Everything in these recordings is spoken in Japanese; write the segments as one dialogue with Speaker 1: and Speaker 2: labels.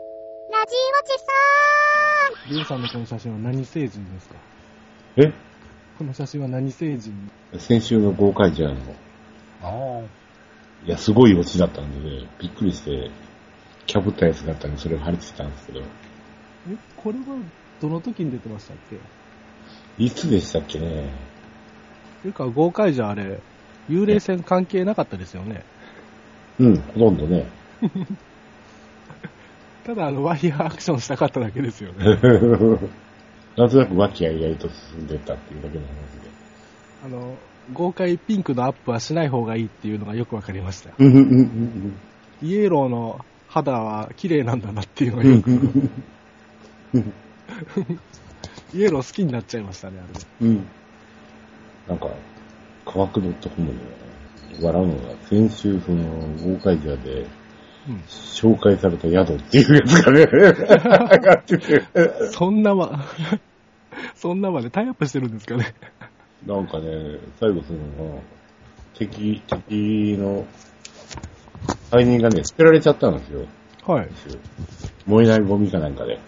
Speaker 1: じおじさーん。
Speaker 2: りゅうさんのこの写真は何星人ですか
Speaker 3: え
Speaker 2: この写真は何星人
Speaker 3: 先週の豪快じゃんの。
Speaker 4: あ
Speaker 3: いや、すごいオチだったんでね、びっくりして、キャブったやつだったんで、それを貼り付けたんですけど、
Speaker 2: え、これはどの時に出てましたっけ
Speaker 3: いつでしたっけね。
Speaker 2: ていうか、豪快じゃあれ、幽霊船関係なかったですよね。
Speaker 3: うん、ほとんどね。
Speaker 2: ただ、あの、ワイヤーアクションしたかっただけですよね。
Speaker 3: なんとなく和気あいあいと進んでったっていうだけの話で。
Speaker 2: あの、豪快ピンクのアップはしない方がいいっていうのがよくわかりました。
Speaker 3: うんうんうん
Speaker 2: イエローの肌は綺麗なんだなっていうのがよく、イエロー好きになっちゃいましたね、あれで。
Speaker 3: うん。うん。なんか、乾くのとこもね、笑うのが、先週その、豪快じゃで、
Speaker 2: うん
Speaker 3: 紹介された宿っていうやつがね、 上がってて。
Speaker 2: そんなま、 そんなまでタイアップしてるんですかね。
Speaker 3: なんかね、最後その、敵、敵の、罪人がね、捨てられちゃったんですよ。
Speaker 2: はい。
Speaker 3: 燃えないゴミかなんかで。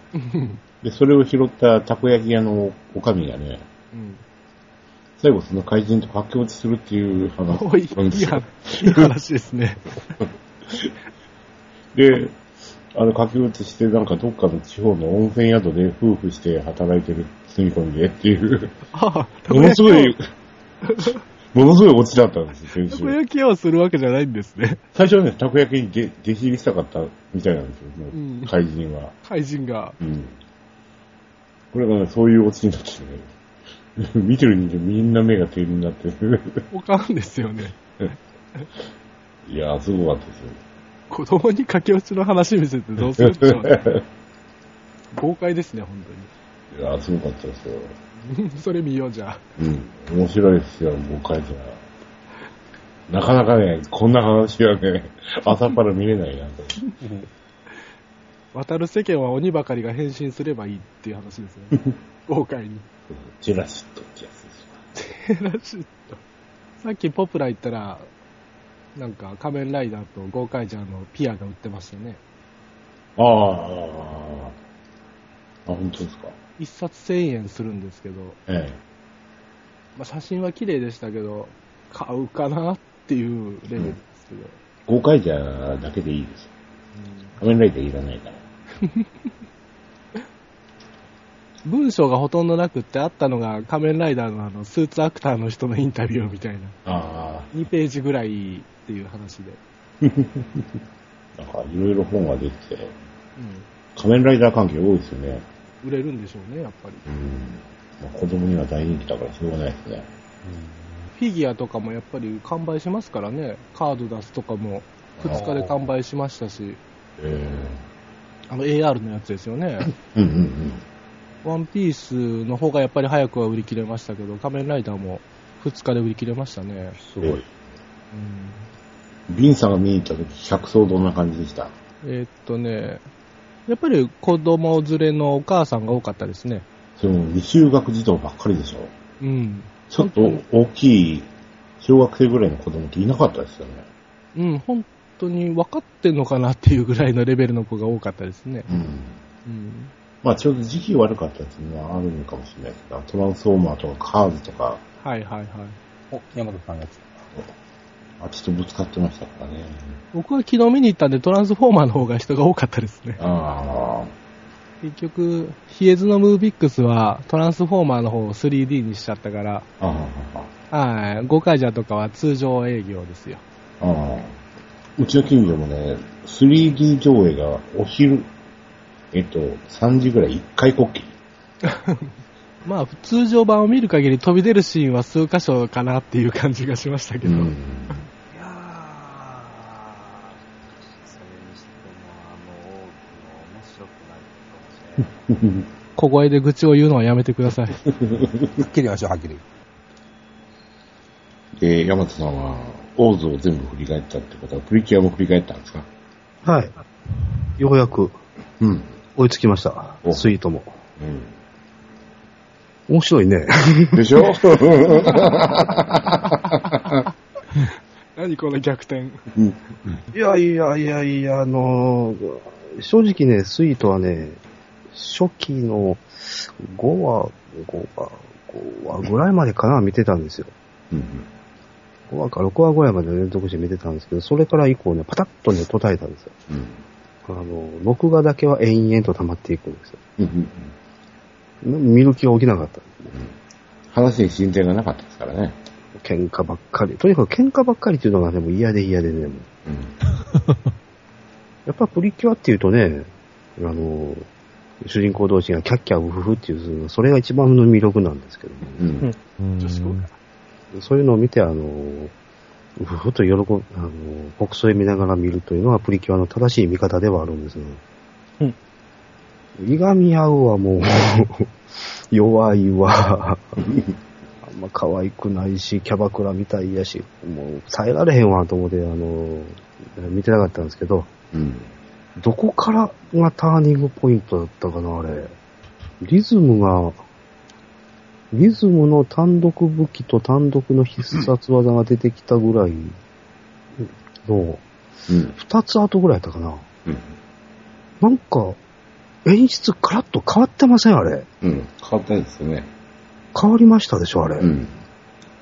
Speaker 3: で、それを拾ったたこ焼き屋のおかみがね、
Speaker 2: うん。
Speaker 3: 最後その怪人と駆け落ちするっていう話
Speaker 2: おい、
Speaker 3: なんで
Speaker 2: い
Speaker 3: す
Speaker 2: い話い
Speaker 3: よ。
Speaker 2: い話ですね。
Speaker 3: で、あの駆け落ちしてなんかどっかの地方の温泉宿で夫婦して働いてる、住み込んでっていう、
Speaker 2: ああ、
Speaker 3: ものすご
Speaker 2: たこ焼
Speaker 3: い、ものすごいオチだったんですよ、先
Speaker 2: きを。
Speaker 3: 週
Speaker 2: たこ。焼き屋をするわけじゃないんですね。
Speaker 3: 最初はね、たこ焼きにで弟子入りしたかったみたいなんですよ、もう
Speaker 2: うん
Speaker 3: 怪人は。
Speaker 2: 怪人が。
Speaker 3: うん。これがね、そういうオチになってね、 見てる人間みんな目が点になって る。
Speaker 2: おかんですよね。
Speaker 3: いやー、すごかったですよ。
Speaker 2: 子供に駆け落ちの話見せてどうするってのはね豪快ですね、本
Speaker 3: いやー、すごかったですよ。
Speaker 2: 当に。それ見ようじゃあ。
Speaker 3: うん。面白いですよ、もう書いてない。なかなかね、こんな話はね、朝っぱら見れないなと。
Speaker 2: 渡る世間は鬼ばかりが変身すればいいっていう話ですね。豪快に。
Speaker 3: ジェラシットってやつですよ。
Speaker 2: さっきポプラ行ったら、なんか仮面ライダーと豪快ジャーのピアが売ってましたね。
Speaker 3: ああ。あ、本当ですか。
Speaker 2: 一冊1000円するんですけど、
Speaker 3: ええ。
Speaker 2: まあ、写真は綺麗でしたけど、買うかなっていうレベルですけど。
Speaker 3: 豪快じゃだけでいいです。仮面ライダーいらないから。
Speaker 2: うん文章がほとんどなくってあったのが仮面ライダーのあのスーツアクターの人のインタビューみたいな。
Speaker 3: あ
Speaker 2: 2ページぐらいっていう話で。
Speaker 3: あ。なんかいろいろ本が出てて、
Speaker 2: う
Speaker 3: 仮面ライダー関係多いですよね。
Speaker 2: ん。売れるんでしょうね、やっぱり。
Speaker 3: うん。まあ、子供には大人気だからしょうがないですね。
Speaker 2: フィギュアとかもやっぱり完売しますからね。カード出すとかも2日で完売しましたし、
Speaker 3: え
Speaker 2: あの AR のやつですよ ね。
Speaker 3: えうんうんうん。
Speaker 2: ワンピースの方がやっぱり早くは売り切れましたけど、仮面ライダーも2日で売り切れましたね。
Speaker 3: すごい。
Speaker 2: うん
Speaker 3: ビンさんが見に行った時、客層どんな感じでした
Speaker 2: えーっとね、やっぱり子供連れのお母さんが多かったですね。
Speaker 3: その未就学児童ばっかりでしょ
Speaker 2: うん。
Speaker 3: ちょっと大きい小学生ぐらいの子供っていなかったですよね。
Speaker 2: うん、本当に分かってんのかなっていうぐらいのレベルの子が多かったですね。
Speaker 3: うん。
Speaker 2: うん。
Speaker 3: まあちょうど時期悪かったっていうのはあるのかもしれないですけど、トランスフォーマーとかカーズとか、
Speaker 2: はいはいはい。
Speaker 4: あ。お、山田さんのやつ。
Speaker 3: あちょっとぶつかってましたからね。
Speaker 2: 僕は昨日見に行ったんでトランスフォーマーの方が人が多かったですね。
Speaker 3: ああ、
Speaker 2: 結局、ヒエズのムービックスはトランスフォーマーの方を 3D にしちゃったから、
Speaker 3: ああ、あ
Speaker 2: はい、ゴカイジャーとかは通常営業ですよ。
Speaker 3: あああ。うちの近所もね、3D 上映がお昼、えっと、3時ぐらい一回こっきり。
Speaker 2: まあ、通常版を見る限り飛び出るシーンは数箇所かなっていう感じがしましたけど。
Speaker 3: うん
Speaker 4: いやー、それにしても、あの、面白くないかもしれない。
Speaker 2: 小声で愚痴を言うのはやめてください。
Speaker 4: はっきり言いましょう、はっきり。
Speaker 3: で、山田さんは、オーズを全部振り返ったってことは、プリキュアも振り返ったんですか
Speaker 5: はい。ようやく
Speaker 3: うん。
Speaker 5: 追いつきました
Speaker 3: お。
Speaker 5: スイートも。
Speaker 3: う
Speaker 5: 面 白いね。
Speaker 3: ん。でしょ
Speaker 6: 何この逆転。
Speaker 3: うん。
Speaker 4: いやいやいやいや、あのー正直ね、スイートはね、初期の5話、5話、5話ぐらいまでかな、見てたんですよ。
Speaker 3: うん。
Speaker 4: 5話か6話ぐらいまで連続して見てたんですけど、それから以降ね、パタッとね、途絶えたんですよ。
Speaker 3: うん。
Speaker 4: あの、録画だけは延々と溜まっていくんですよ。
Speaker 3: うんうん。
Speaker 4: 見る気が起きなかった。
Speaker 3: 話に進展がなかったですからね。
Speaker 4: 喧嘩ばっかり。とにかく喧嘩ばっかりっていうのがね、もう嫌で嫌で
Speaker 3: う
Speaker 4: ね、もう
Speaker 3: ん。
Speaker 4: やっぱプリキュアっていうとね、あの、主人公同士がキャッキャウフフっていう、それが一番の魅力なんですけどね。
Speaker 3: うん。
Speaker 6: 女子校
Speaker 4: そういうのを見て、あの、ウフフと喜ぶ、あの、国葬へ見ながら見るというのがプリキュアの正しい見方ではあるんですね。
Speaker 6: うん。
Speaker 4: いがみ合うはもう、 弱いわ。あんま可愛くないし、キャバクラみたいやし、もう耐えられへんわと思って、あの、見てなかったんですけど、
Speaker 3: うん。
Speaker 4: どこからがターニングポイントだったかな、あれ。リズムが、リズムの単独武器と単独の必殺技が出てきたぐらいの、
Speaker 3: うん。
Speaker 4: 二つ後ぐらいだったかな。
Speaker 3: うん。
Speaker 4: なんか、演出カラッと変わってません、あれ。
Speaker 3: うん。変わったんですよね。
Speaker 4: 変わりましたでしょ、あれ。
Speaker 3: うん。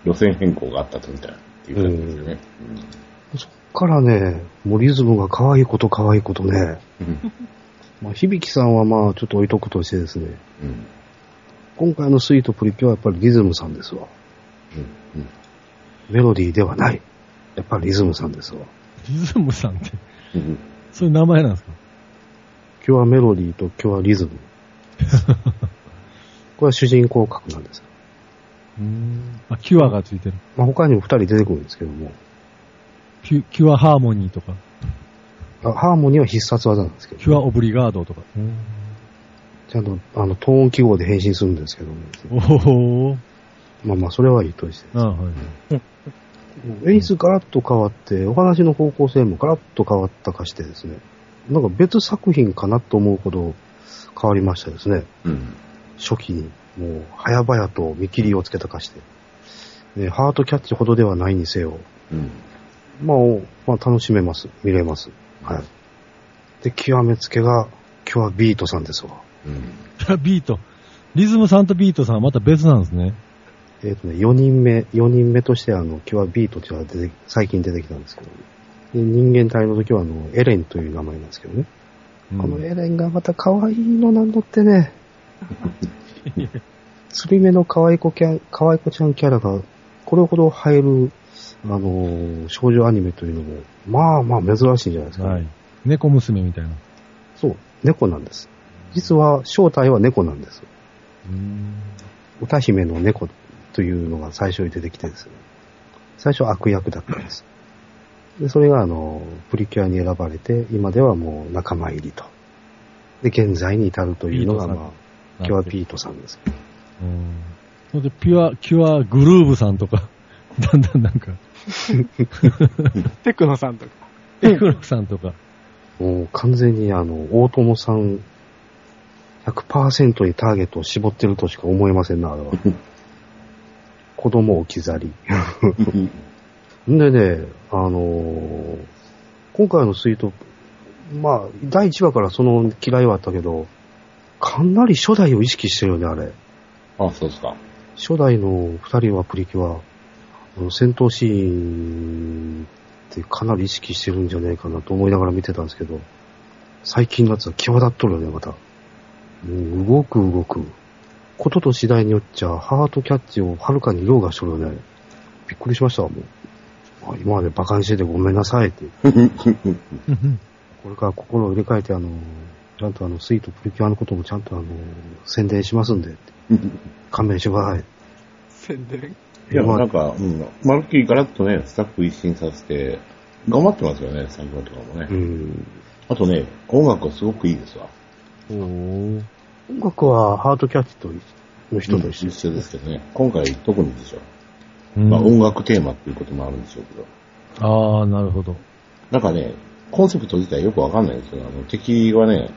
Speaker 3: 路線変更があったとみたいな。っていう感じですよね。
Speaker 4: そっからね、もうリズムが可愛いこと可愛いことね。
Speaker 3: うん。
Speaker 4: まあ、響さんはまあ、ちょっと置いとくとしてですね。
Speaker 3: うん。
Speaker 4: 今回のスイートプリキュアはやっぱりリズムさんですわ。
Speaker 3: うん。
Speaker 4: メロディーではない。やっぱりリズムさんですわ。
Speaker 2: リズムさんって、
Speaker 3: うん。
Speaker 2: そういう名前なんですか
Speaker 4: 今日はメロディーと今日はリズム。これは主人公格なんですよ。
Speaker 2: うん。あ、キュアがついてる。
Speaker 4: まあ、他にも二人出てくるんですけども、
Speaker 2: キュキュアハーモニーとか、
Speaker 4: あハーモニーは必殺技なんですけど、
Speaker 2: キュアオブリガードとか。
Speaker 4: ちゃんとあのトーン記号で変身するんですけども、
Speaker 2: おほー。
Speaker 4: まあまあそれはいいとして、
Speaker 2: あはい。
Speaker 4: 演出ガラッと変わって、お話の方向性もガラッと変わったかしてですね、なんか別作品かなと思うほど変わりましたですね。
Speaker 3: うん。
Speaker 4: 初期に、もう、早々と見切りをつけたかして、ね、ハートキャッチほどではないにせよ、
Speaker 3: うん。
Speaker 4: まあ、おまあ、楽しめます。見れます。はい。で、極めつけが、今日はビートさんですわ。
Speaker 3: うん。
Speaker 2: ビート。リズムさんとビートさんはまた別なんですね。
Speaker 4: えっ、とね、4人目、4人目として、あの、今日はビートっていうのが出て、最近出てきたんですけど、で人間体の時は、あの、エレンという名前なんですけどね。
Speaker 2: うん
Speaker 4: このエレンがまた可愛いのなんのって ね、釣り目の可愛い子キャ可愛い子ちゃんキャラが、これほど入る、あのー少女アニメというのも、まあまあ珍しいんじゃないですか、ね
Speaker 2: はい。猫娘みたいな。
Speaker 4: そう、猫なんです。実は正体は猫なんです。
Speaker 2: うん。
Speaker 4: 歌姫の猫というのが最初に出てきてですね。最初は悪役だったんです。で、それがあの、プリキュアに選ばれて、今ではもう仲間入りと。で、現在に至るというの
Speaker 2: ピー
Speaker 4: が、
Speaker 2: トさん
Speaker 4: まあ、キュアピートさんです。
Speaker 2: うん。それで、ピュア、キュアグルーブさんとか、 だんだんなんか、
Speaker 6: テクノ さんとか。
Speaker 2: エクロさんとか。
Speaker 4: もう完全にあの、大友さん、100%にターゲットを絞ってるとしか思えませんな、あれは。子供を置き去り。んでね、あのー今回のスイート、まあ、第1話からその嫌いはあったけど、かなり初代を意識してるよね、あれ。
Speaker 3: あ、そうですか。
Speaker 4: 初代の二人はプリキュア、あの戦闘シーンってかなり意識してるんじゃないかなと思いながら見てたんですけど、最近のやつは際立っとるよね、また。もう動く動く。ことと次第によっちゃ、ハートキャッチをはるかに凌駕しとるよね。びっくりしましたわ、もう。あ今まで馬鹿にしててごめんなさいって。これから心を入れ替えて、あの、ちゃんとあの、スイートプリキュアのこともちゃんとあの、宣伝しますんでって、勘弁してください。
Speaker 6: 宣伝。
Speaker 3: いや、
Speaker 4: まあ
Speaker 3: なんか、うん、まるっきりガラッとね、スタッフ一新させて、頑張ってますよね、最後のとかもね。
Speaker 4: うん。
Speaker 3: あとね、音楽はすごくいいですわ。
Speaker 2: おー。
Speaker 4: 音楽はハートキャッチとの人と一緒
Speaker 3: 一緒ですけどね。今回特にでしょ。
Speaker 2: うん
Speaker 3: まあ音楽テーマっていうこともあるんでしょうけど。
Speaker 2: ああ、なるほ ど。
Speaker 3: なんかね、コンセプト自体よくわかんないですけど、あの、敵はね、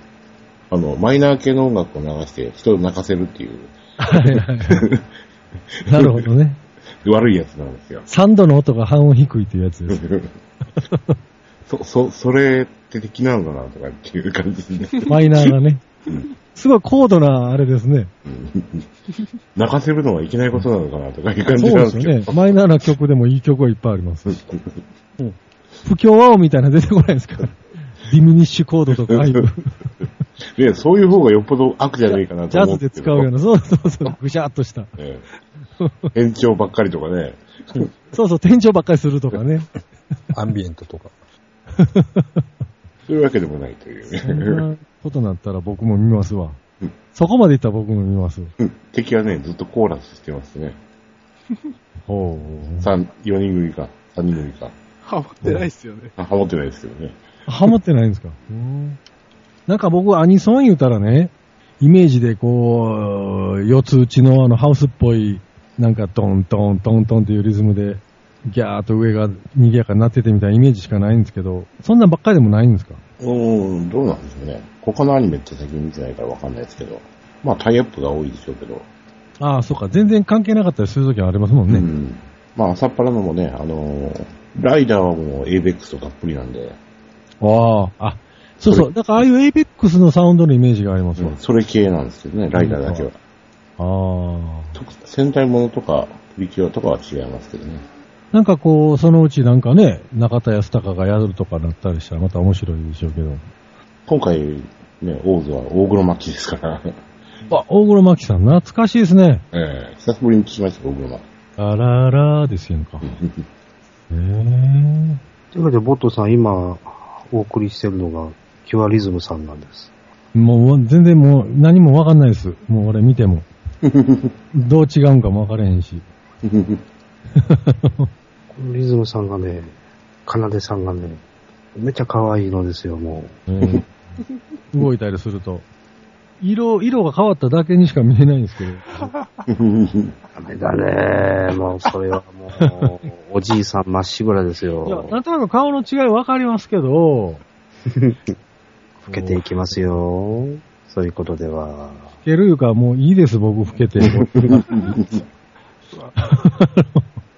Speaker 3: あの、マイナー系の音楽を流して人を泣かせるっていう、
Speaker 2: はいはいはい。なるほどね。
Speaker 3: 悪いやつなんで すよ。
Speaker 2: サンドの音が半音低いっていうやつです。
Speaker 3: そ、そ、それって的なのかなとかっていう感じですね。
Speaker 2: マイナーがね。すごい高度なあれですね。
Speaker 3: 泣かせるのはいけないことなのかなとかいう感
Speaker 2: そ
Speaker 3: じ
Speaker 2: う
Speaker 3: な
Speaker 2: で
Speaker 3: んですす
Speaker 2: よ
Speaker 3: けど。
Speaker 2: ね。マイナーな曲でもいい曲はいっぱいあります。不協和音みたいなの出てこないですから。ディミニッシュコード とか、ああいう
Speaker 3: ね、そういう方がよっぽど悪じゃないかな
Speaker 2: ジ
Speaker 3: と
Speaker 2: ャ
Speaker 3: 思う
Speaker 2: ズ
Speaker 3: んで
Speaker 2: です使
Speaker 3: けど。
Speaker 2: うような、そうそうそう、ぐしゃっとした。
Speaker 3: ね延長ばっかりとかね。
Speaker 2: そうそう、天井ばっかりするとかね。
Speaker 7: アンビエントとか。
Speaker 3: そういうわけでもないとい
Speaker 2: そん
Speaker 3: う。
Speaker 2: なことになったら僕も見ますわ
Speaker 3: うん。
Speaker 2: そこまでいったら僕も見ます。
Speaker 3: 敵はね、ずっとコーラスしてますね。
Speaker 2: ほう。
Speaker 3: 三、4人組か、3人組か。
Speaker 6: ハマってないっすよね。
Speaker 3: あ、ハモってないですけどね。
Speaker 2: ハモってないんですかうんなんか僕、アニソン言うたらね、イメージでこう、四つ打ちのあのハウスっぽい、なんかトントントントンっていうリズムで、ギャーっと上が賑やかになっててみたいなイメージしかないんですけど、そんなんばっかりでもないんですか
Speaker 3: うーん、どうなんですかね。他のアニメって最近見てないからわかんないですけど。まあ、タイアップが多いでしょうけど。
Speaker 2: ああ、そうか。全然関係なかったりするときはありますもんね。
Speaker 3: うん。まあ、朝っぱらのもね、あのーライダーはもうエイベックスとたっぷりなんで、
Speaker 2: ああ。あ、そうそう。だからああいうエイペックスのサウンドのイメージがありますわ。
Speaker 3: それ系なんですけどね、ライダーだけは。
Speaker 2: ああ。
Speaker 3: 特戦隊ものとか、プリキュアとかは違いますけどね。
Speaker 2: なんかこう、そのうちなんかね、中田康隆がやるとかなったりしたらまた面白いでしょうけど。
Speaker 3: 今回、ね、オーズは大黒摩季です から。
Speaker 2: あ、大黒摩季さん、懐かしいですね。
Speaker 3: ええ久しぶりに聞きました、大黒摩季。
Speaker 2: あららーですよんか。へえ。
Speaker 4: というわけで、ボットさん、今、お送りしてるのが、キュアリズムさんなんです。
Speaker 2: もう全然もう何もわかんないです。もう俺見ても。 どう違うんかもわからへんし。
Speaker 4: このリズムさんがね、かなでさんがね、めっちゃ可愛いのですよ、も
Speaker 2: うん 動いたりすると。色、色が変わっただけにしか見えないんですけど。
Speaker 4: う。ダメだね。もう、それはも う、おじいさんまっしぐらです
Speaker 2: いや、
Speaker 4: よ。
Speaker 2: なんとなく顔の違いわかりますけど、
Speaker 4: 老けていきますよ。そういうことでは。
Speaker 2: 老けるいうか、もういいです、僕、老け て。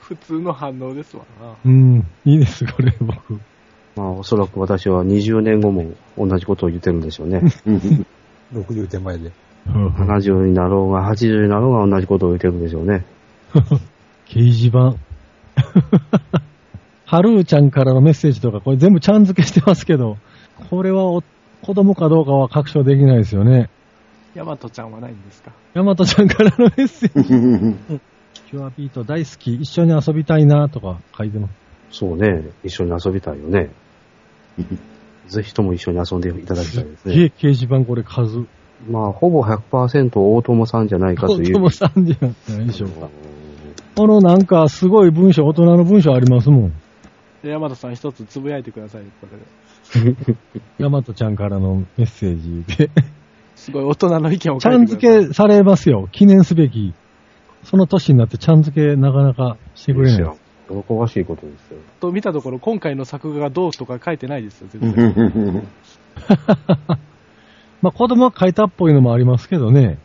Speaker 6: 普通の反応ですわな。
Speaker 2: うん、いいです、これ、 僕。
Speaker 4: まあ、おそらく私は20年後も同じことを言ってるんでしょうね。
Speaker 7: 60手前で。
Speaker 4: 70になろうが、80になろうが同じことを言ってるんでしょうね。
Speaker 2: 掲示板。 はるーちゃんからのメッセージとか、これ全部ちゃん付けしてますけど、これはお子供かどうかは確証できないですよね。
Speaker 6: ヤマトちゃんはないんですか
Speaker 2: ヤマトちゃんからのメッセージ。キュアビート大好き、一緒に遊びたいなとか書いてます。
Speaker 4: そうね。一緒に遊びたいよ ね。ぜひとも一緒に遊んでいただきたいです
Speaker 2: げ
Speaker 4: ね。
Speaker 2: え掲示板これ数。
Speaker 4: まあ、ほぼ100%大友さんじゃないかと
Speaker 2: 子
Speaker 4: いう
Speaker 2: 供。3じゃないでしょう か。このなんかすごい文章、大人の文章ありますもん。
Speaker 6: でヤマトさん一つつぶやいてください、これで。
Speaker 2: ヤマトちゃんからのメッセー ジで。
Speaker 6: すごい大人の意見を
Speaker 2: ちゃ
Speaker 6: 書
Speaker 2: ん
Speaker 6: いて
Speaker 2: 付
Speaker 6: ください。
Speaker 2: けされますよ。記念すべき。その年になってちゃん付けなかなかしてくれないです。
Speaker 4: 喜ばしいことですよ。
Speaker 6: と見たところ、今回の作画がどうとか書いてないですよ、全然。
Speaker 2: まあ子供が書いたっぽいのもありますけどね。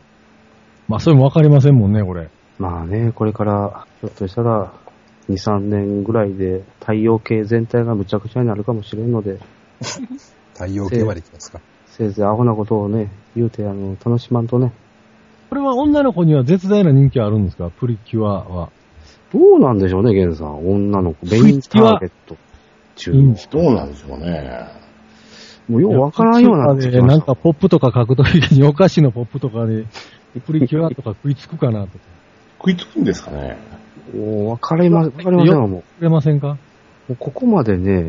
Speaker 2: まあそれもわかりませんもんね、これ。
Speaker 4: まあね、これから、ひょっとしたら、2、3年ぐらいで、太陽系全体がむちゃくちゃになるかもしれんので、
Speaker 7: 太陽系はできますか。
Speaker 4: せいぜいアホなことをね、言うて、あの、楽しまんとね。
Speaker 2: これは女の子には絶大な人気あるんですかプリキュアは。
Speaker 4: どうなんでしょうね、ゲンさん。女の子、メインターゲット中
Speaker 2: いいん
Speaker 4: の
Speaker 2: で。す
Speaker 3: どうなんでしょうね。
Speaker 4: もうようわからんようになって
Speaker 2: い
Speaker 4: き
Speaker 2: や
Speaker 4: ま
Speaker 2: な
Speaker 4: し
Speaker 2: ん
Speaker 4: た
Speaker 2: か。ポップとか書くときにお菓子のポップとかで、プリキュアとか食いつくかなとか。
Speaker 3: 食いつくんですか ね。
Speaker 4: もうわかりま、わかりませんわ、もう。も
Speaker 2: くれませんか
Speaker 4: うここまでね、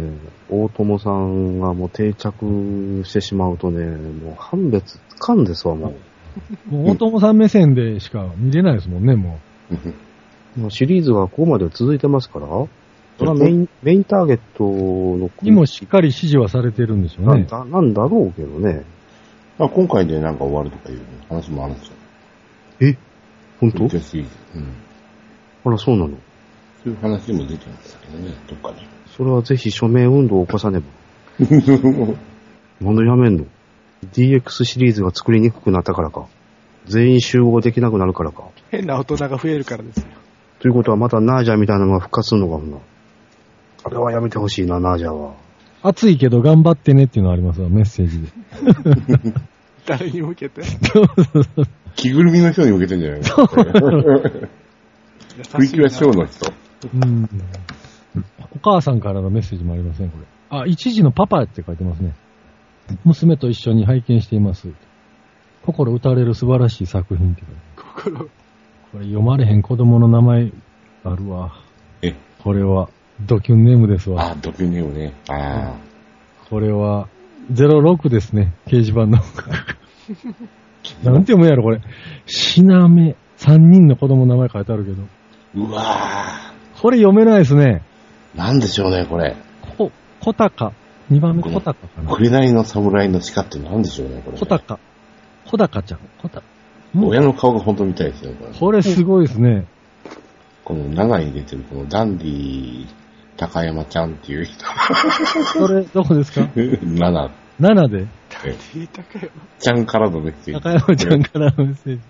Speaker 4: 大友さんがもう定着してしまうとね、もう判別つかんですわ、もう。
Speaker 2: もう大友さん目線でしか見れないですもんね、も
Speaker 4: まあシリーズがここまで続いてますから、それはメイン、メインターゲットの
Speaker 2: う。にもしっかり指示はされてるんでしょう
Speaker 4: なん
Speaker 2: ね。
Speaker 4: だ、なんだろうけどね。
Speaker 3: まあ、今回でなんか終わるとかいう話もあるんですよ。
Speaker 4: 本
Speaker 3: プリ
Speaker 4: 当
Speaker 3: キュアシリーズ。うん。
Speaker 4: あら、そうなの。
Speaker 3: そういう話も出てましたけどね、どっかで。
Speaker 4: それはぜひ署名運動を起こ さねば。なんでやめんの ?DX シリーズが作りにくくなったからか。全員集合できなくなるからか。
Speaker 6: 変な大人が増えるからですよ。
Speaker 4: ということはまたナージャみたいなのが復活するのかもな。あれはやめてほしいな、ナージャは。
Speaker 2: 暑いけど頑張ってねっていうのはありますわ、メッセージで。
Speaker 6: 誰に向けて
Speaker 3: 着ぐるみの人に向けてんじゃないの プリキュアショーの人。
Speaker 2: うん。お母さんからのメッセージもありません、これ。あ、一時のパパって書いてますね。娘と一緒に拝見しています。心打たれる素晴らしい作品って書いてある
Speaker 6: 心
Speaker 2: これ読まれへん子供の名前あるわ。
Speaker 3: え
Speaker 2: これは、ドキュンネームですわ。
Speaker 3: あ、ドキュネオね。ああ。
Speaker 2: これは、06ですね、掲示板 の。なんて読むんやろ、これ。しなめ。3人の子供の名前書いてあるけど。
Speaker 3: うわ
Speaker 2: これ読めないですね。
Speaker 3: ーなんでしょうね、これ。
Speaker 2: こ、小高。2番目小高かな。
Speaker 3: 紅の侍の鹿ってなんでしょうね、これ。
Speaker 2: 小高。小高ちゃん。小高。
Speaker 3: 親の顔が本当みたいですよ、これ。
Speaker 2: これすごいですね。
Speaker 3: この長いに出てる、このダンディ高山ちゃんっていう人。
Speaker 2: これ、どこです か
Speaker 3: 7
Speaker 2: ?7 で。
Speaker 6: 聞いたかよ。
Speaker 3: ちゃんからのメッセージ。
Speaker 2: 高山ちゃんからのメッセージ。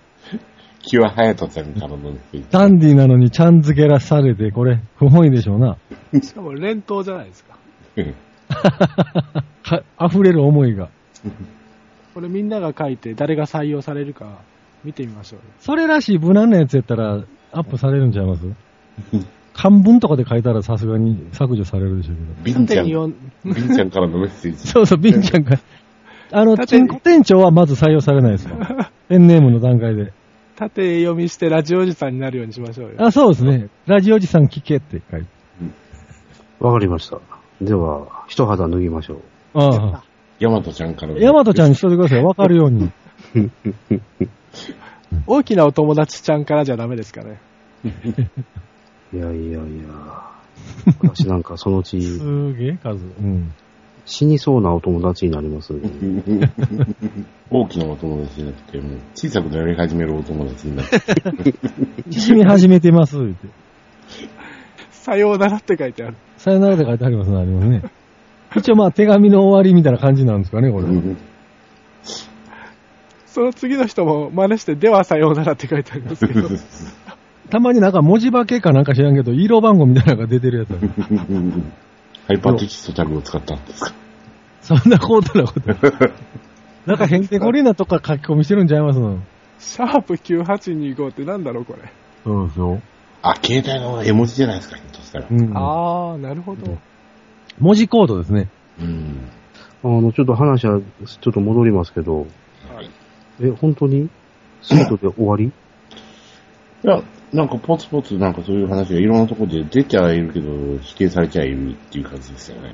Speaker 3: キュアハヤトちゃんからのメッセージ。
Speaker 2: ダンディなのにちゃん付けらされて、これ、不本意でしょう な。
Speaker 6: しかも連投じゃないですか。
Speaker 2: か溢れる思いが。
Speaker 6: これみんなが書いて誰が採用されるか見てみましょうよ。
Speaker 2: それらしい無難なやつやったら、アップされるんちゃい ます漢文とかで書いたらさすがに削除されるでしょうけど。
Speaker 3: ビンち
Speaker 6: 縦
Speaker 3: ゃん、
Speaker 6: に
Speaker 3: ビ
Speaker 6: 読ん
Speaker 3: ンちゃんからのメッセージ。
Speaker 2: そうそう、ビンちゃんが。あの、
Speaker 6: 縦
Speaker 2: チ
Speaker 6: に
Speaker 2: ンコ店長はまず採用されないです かペンネームの段階で。
Speaker 6: 縦読みしてラジオおじさんになるようにしましょうよ。
Speaker 2: あ、そうですね。ラジオおじさん聞けって書いて。
Speaker 4: わかりました。では、一肌脱ぎましょう。
Speaker 2: ああ。
Speaker 3: ヤマトちゃんからのメッセージ
Speaker 2: ヤマトちゃんにしといてください。わかるように。
Speaker 6: 大きなお友達ちゃんからじゃダメですかね。
Speaker 4: いやいやいや。私なんかそのう ち
Speaker 2: すげえ数。うん。
Speaker 4: 死にそうなお友達になりますんで、
Speaker 3: 大きなお友達じゃなくて、もう小さくなり始めるお友達になって。
Speaker 2: 縮み始めてます。言って
Speaker 6: さようならって書いてある。
Speaker 2: さよならって書いてありますね。ありますね。一応まあ手紙の終わりみたいな感じなんですかね、これ。
Speaker 6: その次の人も真似して、ではさようならって書いてありますけど。
Speaker 2: たまになんか文字化けかなんか知らんけど、色番号みたいなのが出てるやつある
Speaker 3: ハイパーテキストタグを使ったんですか
Speaker 2: そんな高度なこと。なんかへんてこりなとか書き込みしてるんちゃいますの
Speaker 6: シャープ9825ってなんだろう、これ。
Speaker 2: そうそう。
Speaker 3: あ、携帯の絵文字じゃないですか、ひょっとしたら。
Speaker 2: ん。
Speaker 6: あー、なるほど。
Speaker 2: 文字コードですね。
Speaker 3: うん。
Speaker 4: あの、ちょっと話は、ちょっと戻りますけど、
Speaker 3: はい。い
Speaker 4: え、本当にスイートで終わり
Speaker 3: や、なんかポツポツなんかそういう話がいろんなところで出ちゃいるけど、否定されちゃいるっていう感じですよね。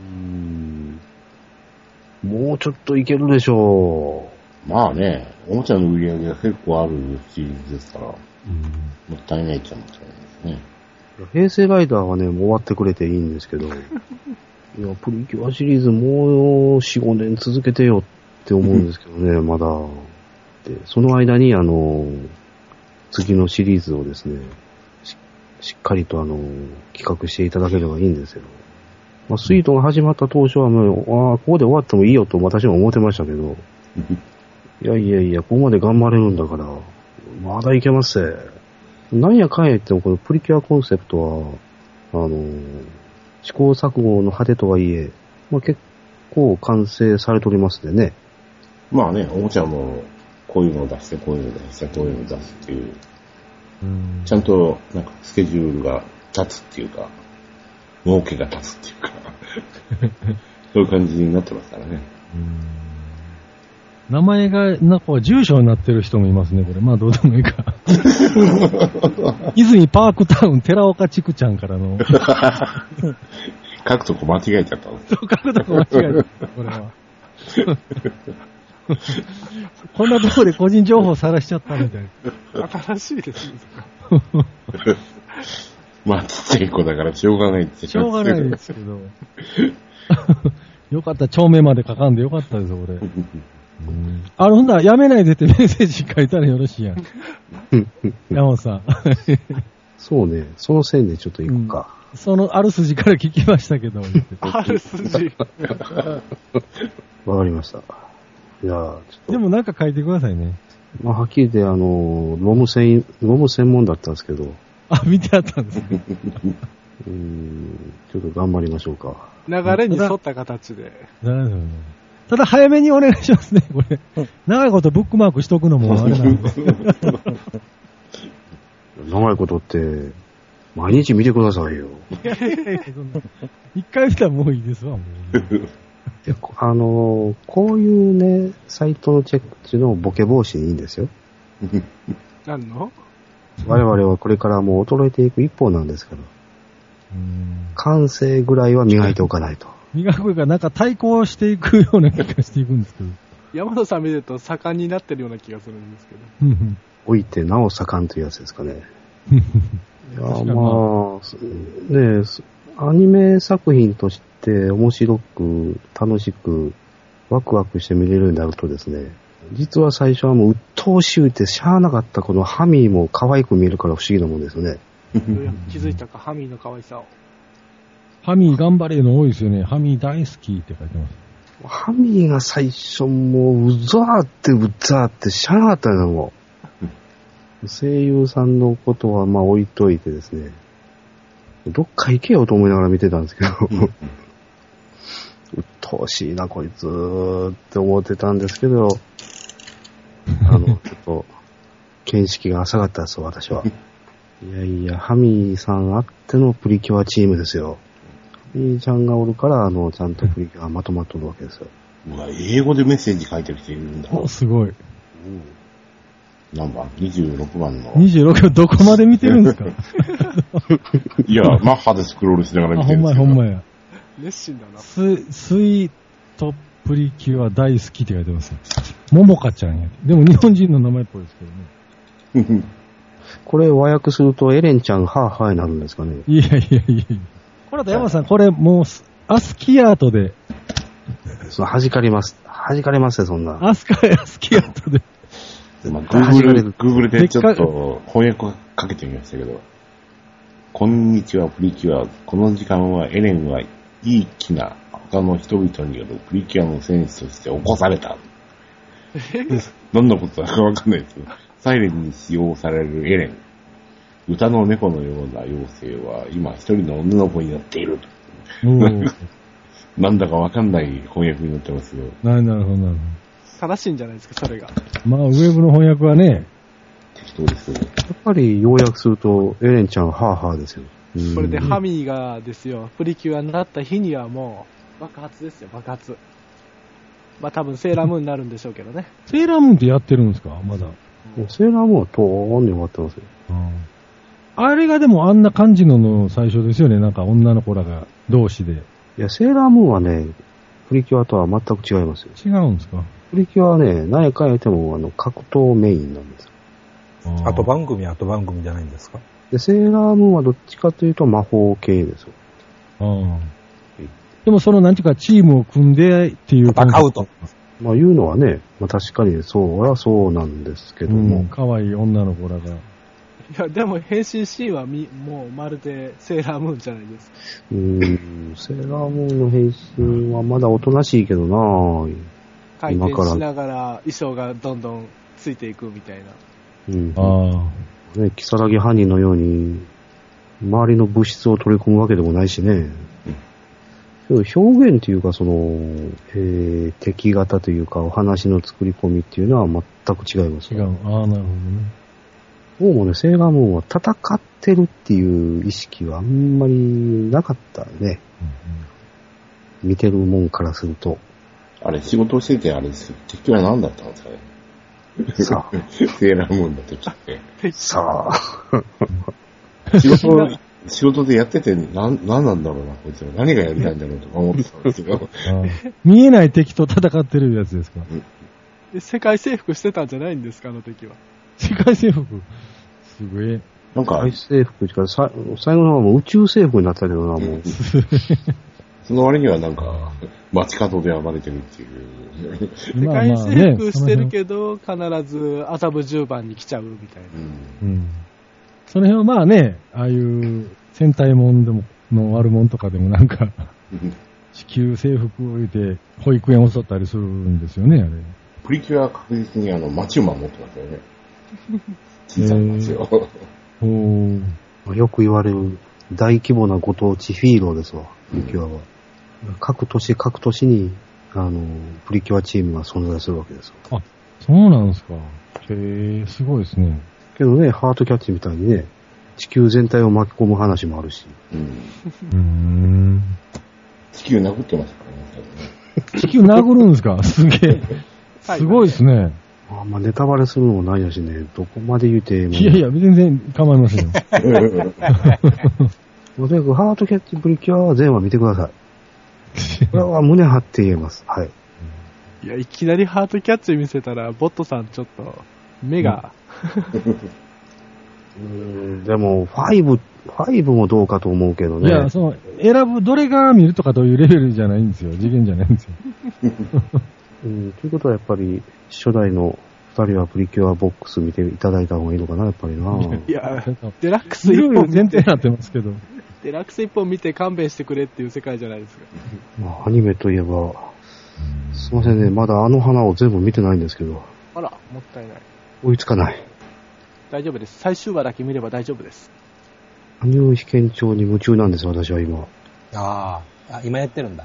Speaker 4: もうちょっといけるでしょ
Speaker 3: まあね、おもちゃの売り上げが結構あるシリーズですから、もったいないっちゃもったいないですね。
Speaker 4: う。平成ライダーはね、もう終わってくれていいんです けど、いや、プリキュアシリーズもう4、5年続けてよって思うんですけどね、まだ。で、その間に、あの、次のシリーズをですね、ししっかりとあの、企画していただければいいんですよ。まあ、スイートが始まった当初はもう、ああ、ここで終わってもいいよと私も思ってましたけど、いやいやいや、ここまで頑張れるんだから、まだいけますぜ。なんやかんや言っても、このプリキュアコンセプトは、あのー試行錯誤の果てとはいえ、まあ、結構完成されておりますでね。
Speaker 3: まあね、おもちゃも、こういうのを出して、こういうのを出して、こういうのを出すっていう、
Speaker 2: うん。
Speaker 3: ちゃんと、なんか、スケジュールが立つっていうか、儲けが立つっていうか、 そういう感じになってますからね。
Speaker 2: 名前が、なんか、住所になってる人もいますね、これ。まあ、どうでもいいか。泉パークタウン、寺岡地区ちゃんからの、と
Speaker 3: 書くとこ間違えちゃったの。
Speaker 2: 角度が間違えた、これは。こんなとこで個人情報さらしちゃったみたいな。
Speaker 6: 新しいですね。
Speaker 3: まあ、ちっちゃい子だからしょうがないって
Speaker 2: しょうがないですけど。よかった、町名まで書かんでよかったです、俺。あの、ほんだらやめないでってメッセージ書いたらよろしいやん。山本さん。
Speaker 4: そうね、その線でちょっと行くか。
Speaker 2: その、ある筋から聞きましたけ ど、言って
Speaker 6: ある筋。
Speaker 4: わ、かりました。じゃあ、ちょっと、
Speaker 2: でもなんか書いてくださいね。
Speaker 4: まあ、はっきり言って、あのーロム専、ロム専門だったんですけど、
Speaker 2: あ、見てあったんですね。
Speaker 4: うーん、ちょっと頑張りましょうか。
Speaker 6: 流れに沿った形で。
Speaker 2: なるほどねただ早めにお願いします ね、これ。長いことブックマークしとくのもあれなんで。
Speaker 4: 長いことって、毎日見てくださいよ。
Speaker 2: 一回見たらもういいですわ、もう。
Speaker 4: でこあのーこういうね、サイトのチェックっていうのもボケ防止にいいんですよ。
Speaker 6: 何の
Speaker 4: 我々はこれからもう衰えていく一方なんですから、
Speaker 2: うん
Speaker 4: 感性ぐらいは磨いておかないと。
Speaker 2: 磨くがなんか対抗していくような気がしていくんですけど。
Speaker 6: 山野さん見ると盛んになってるような気がするんですけど。
Speaker 2: うんうん
Speaker 4: 置いてなお盛んというやつですかね。
Speaker 2: うん
Speaker 4: いや
Speaker 2: 確かに
Speaker 4: まあ、すねえすアニメ作品として面白く、楽しく、ワクワクして見れるようになるとですね、実は最初はもう鬱陶しゅうてしゃあなかったこのハミーも可愛く見えるから不思議なもんですよね。
Speaker 6: ようやく気づいたか、ハミーの可愛さを。
Speaker 2: ハミー頑張れの多いですよね。ハミー大好きって書いてます。
Speaker 4: ハミーが最初もううざーってうざーってしゃあなかったのもう。声優さんのことはまあ置いといてですね、どっか行けよと思いながら見てたんですけど、鬱陶しいなこいつーって思ってたんですけど、あの、ちょっと、見識が浅かったです、私は。いやいや、ハミーさんあってのプリキュアチームですよ。ハミーちゃんがおるから、あの、ちゃんとプリキュアがまとまっとるわけですよ。
Speaker 3: うわ、英語でメッセージ書いてる人いるんだ。
Speaker 2: お、すごい。
Speaker 3: 何番 ?26 番の。
Speaker 2: 26秒どこ まで見てるんですか
Speaker 3: いや、マッハでスクロールしながら
Speaker 2: あ、
Speaker 3: 見て
Speaker 2: ほ
Speaker 3: る
Speaker 2: ん
Speaker 3: んで
Speaker 2: ますや、
Speaker 3: けど
Speaker 2: ほんまや。
Speaker 6: 熱心だな。
Speaker 2: ス、スイートプリキュア大好きって書いてますよ。ももかちゃんや。でも日本人の名前っぽいですけどね。
Speaker 4: これ和訳するとエレンちゃんはぁはぁになるんですかね。
Speaker 2: いやいやいやいやこれだと山田さん、これもうす、アスキアートで、
Speaker 4: その弾かれます。弾かれますよ、そんな。
Speaker 2: アスカアスキアートで、
Speaker 3: まあ、
Speaker 4: 端が出る
Speaker 3: Google, Google でちょっと翻訳をかけてみましたけど、こんにちは、プリキュア。この時間はエレンはいい気な他の人々によるプリキュアの戦士として起こされた。どんなことだかわかんないですけど、サイレンに使用されるエレン。歌の猫のような妖精は今一人の女の子になっている。
Speaker 2: おー
Speaker 3: なんだかわかんない翻訳になってますけど、
Speaker 2: ななるほど、なる
Speaker 6: 正しいんじゃないですか、それが。
Speaker 2: ほど。まあ、ウェブの翻訳はね、
Speaker 3: 適当ですけど、
Speaker 4: やっぱり要約するとエレンちゃんはぁはぁですよ。うん
Speaker 6: これでハミーがですよ、プリキュアになった日にはもう、爆発ですよ、爆発。まあ多分セーラームーンになるんでしょうけどね。
Speaker 2: セーラームーンってやってるんですかまだ。
Speaker 4: セーラームーンはとーんで終わってますよ。
Speaker 2: うんあれがでもあんな感じのの最初ですよね。なんか女の子らが同士で。
Speaker 4: いや、セーラームーンはね、プリキュアとは全く違いますよ。
Speaker 2: 違うんですか
Speaker 4: プリキュアはね、何やかんや言っても、あの、格闘メインなんですよ。
Speaker 2: あ
Speaker 7: 後
Speaker 2: と
Speaker 7: 番組、後番組じゃないんですか
Speaker 4: で、セーラームーンはどっちかというと魔法系ですよ。
Speaker 2: でもその、なんていうか、チームを組んでっていう感じ。
Speaker 7: 戦うと。
Speaker 4: まあ、言うのはね、まあ、確かにそうはそうなんですけども、
Speaker 2: うん、可愛い女の子らが。
Speaker 6: いや、でも変身シーンはみ、もうまるでセーラームーンじゃないですか。
Speaker 4: うーん、セーラームーンの変身はまだおとなしいけどなぁ。
Speaker 6: 回
Speaker 4: 今か
Speaker 6: 転
Speaker 4: ら
Speaker 6: しながら衣装がどんどんついていくみたいな。
Speaker 4: うん。
Speaker 2: あ
Speaker 4: ね、キサラギ犯人のように、周りの物質を取り込むわけでもないしね。表現というか、その、えー、敵型というか、お話の作り込みっていうのは全く違います
Speaker 2: あ、違
Speaker 4: よ。
Speaker 2: う。ああ、なるほどね。
Speaker 4: どうもね、セーラームーンは戦ってるっていう意識はあんまりなかったね。見てるもんからすると。
Speaker 3: あれ仕事をしててあれですけど、敵は何だったんですかね
Speaker 4: さあ、
Speaker 3: セーラームーンの時って。
Speaker 4: さあ、
Speaker 3: 仕事を、 仕事でやってて、なん、なんなんだろうな、こいつら。何がやりたいんだろうとか思ってたんですけ ど。
Speaker 2: あー見えない敵と戦ってるやつですか
Speaker 6: で世界征服してたんじゃないんですか、あの時は。
Speaker 2: 世界征服。すごい。
Speaker 3: なんか
Speaker 4: 大、征服からさ最後の方はもう宇宙征服になったけどな、もう。
Speaker 3: その割にはなんか、街角で暴れてるっていう。
Speaker 6: 世
Speaker 2: まあ
Speaker 6: 界
Speaker 2: まあ
Speaker 6: 征
Speaker 2: ね
Speaker 6: 服してるけど、必ず麻布十番に来ちゃうみたいな。
Speaker 3: うん。
Speaker 2: うん。その辺はまあね、ああいう戦隊もんでも、の悪者とかでもなんか、地球征服を言うて、保育園を襲ったりするんですよね、あれ。
Speaker 3: プリキュアは確実にあの、街馬持ってますよね。小さな街を。
Speaker 2: おー
Speaker 4: まあよく言われる大規模なご当地ヒーローですわ、プリキュアは。各都市各都市に、あの、プリキュアチームが存在するわけですよ。
Speaker 2: そうなんですか。へえ、すごいですね。
Speaker 4: けどね、ハートキャッチみたいにね、地球全体を巻き込む話もあるし、
Speaker 3: うん。
Speaker 2: うーん。
Speaker 3: 地球殴ってましたからね、最後ね。
Speaker 2: 地球殴るんです かすげえ。すごいですね。
Speaker 4: あんまあネタバレするのもないやしね、どこまで言うても、
Speaker 2: いやいや、全然構いま せんよ。
Speaker 4: まあとにかくハートキャッチプリキュアは全話見てください。これは胸張って言えます。はい。
Speaker 6: いや、いきなりハートキャッチ見せたら、ボットさんちょっと、目が、
Speaker 4: でも、5、5もどうかと思うけど
Speaker 2: いや、
Speaker 4: ね。
Speaker 2: その、選ぶ、どれが見るとかというレベルじゃないんですよ。次元じゃないん ですよ。
Speaker 4: うん、ということはやっぱり、初代の2人はプリキュアボックス見ていただいた方がいいのかな、やっぱりな。
Speaker 6: いや、
Speaker 2: い
Speaker 6: デラックス一
Speaker 2: ろいろ
Speaker 6: 本
Speaker 2: 前
Speaker 6: 見
Speaker 2: 提
Speaker 6: て
Speaker 2: に、なってますけど。
Speaker 6: デラックス一本見て勘弁してくれっていう世界じゃないですか。
Speaker 4: まあ、アニメといえば、すいませんね、まだあの花を全部見てないんですけど、
Speaker 6: あら、もったいない。
Speaker 4: 追いつかない。
Speaker 6: 大丈夫です。最終話だけ見れば大丈夫です。
Speaker 4: 羽生被験帳に夢中なんです、私は今。
Speaker 8: ああ。あ、今やってるんだ。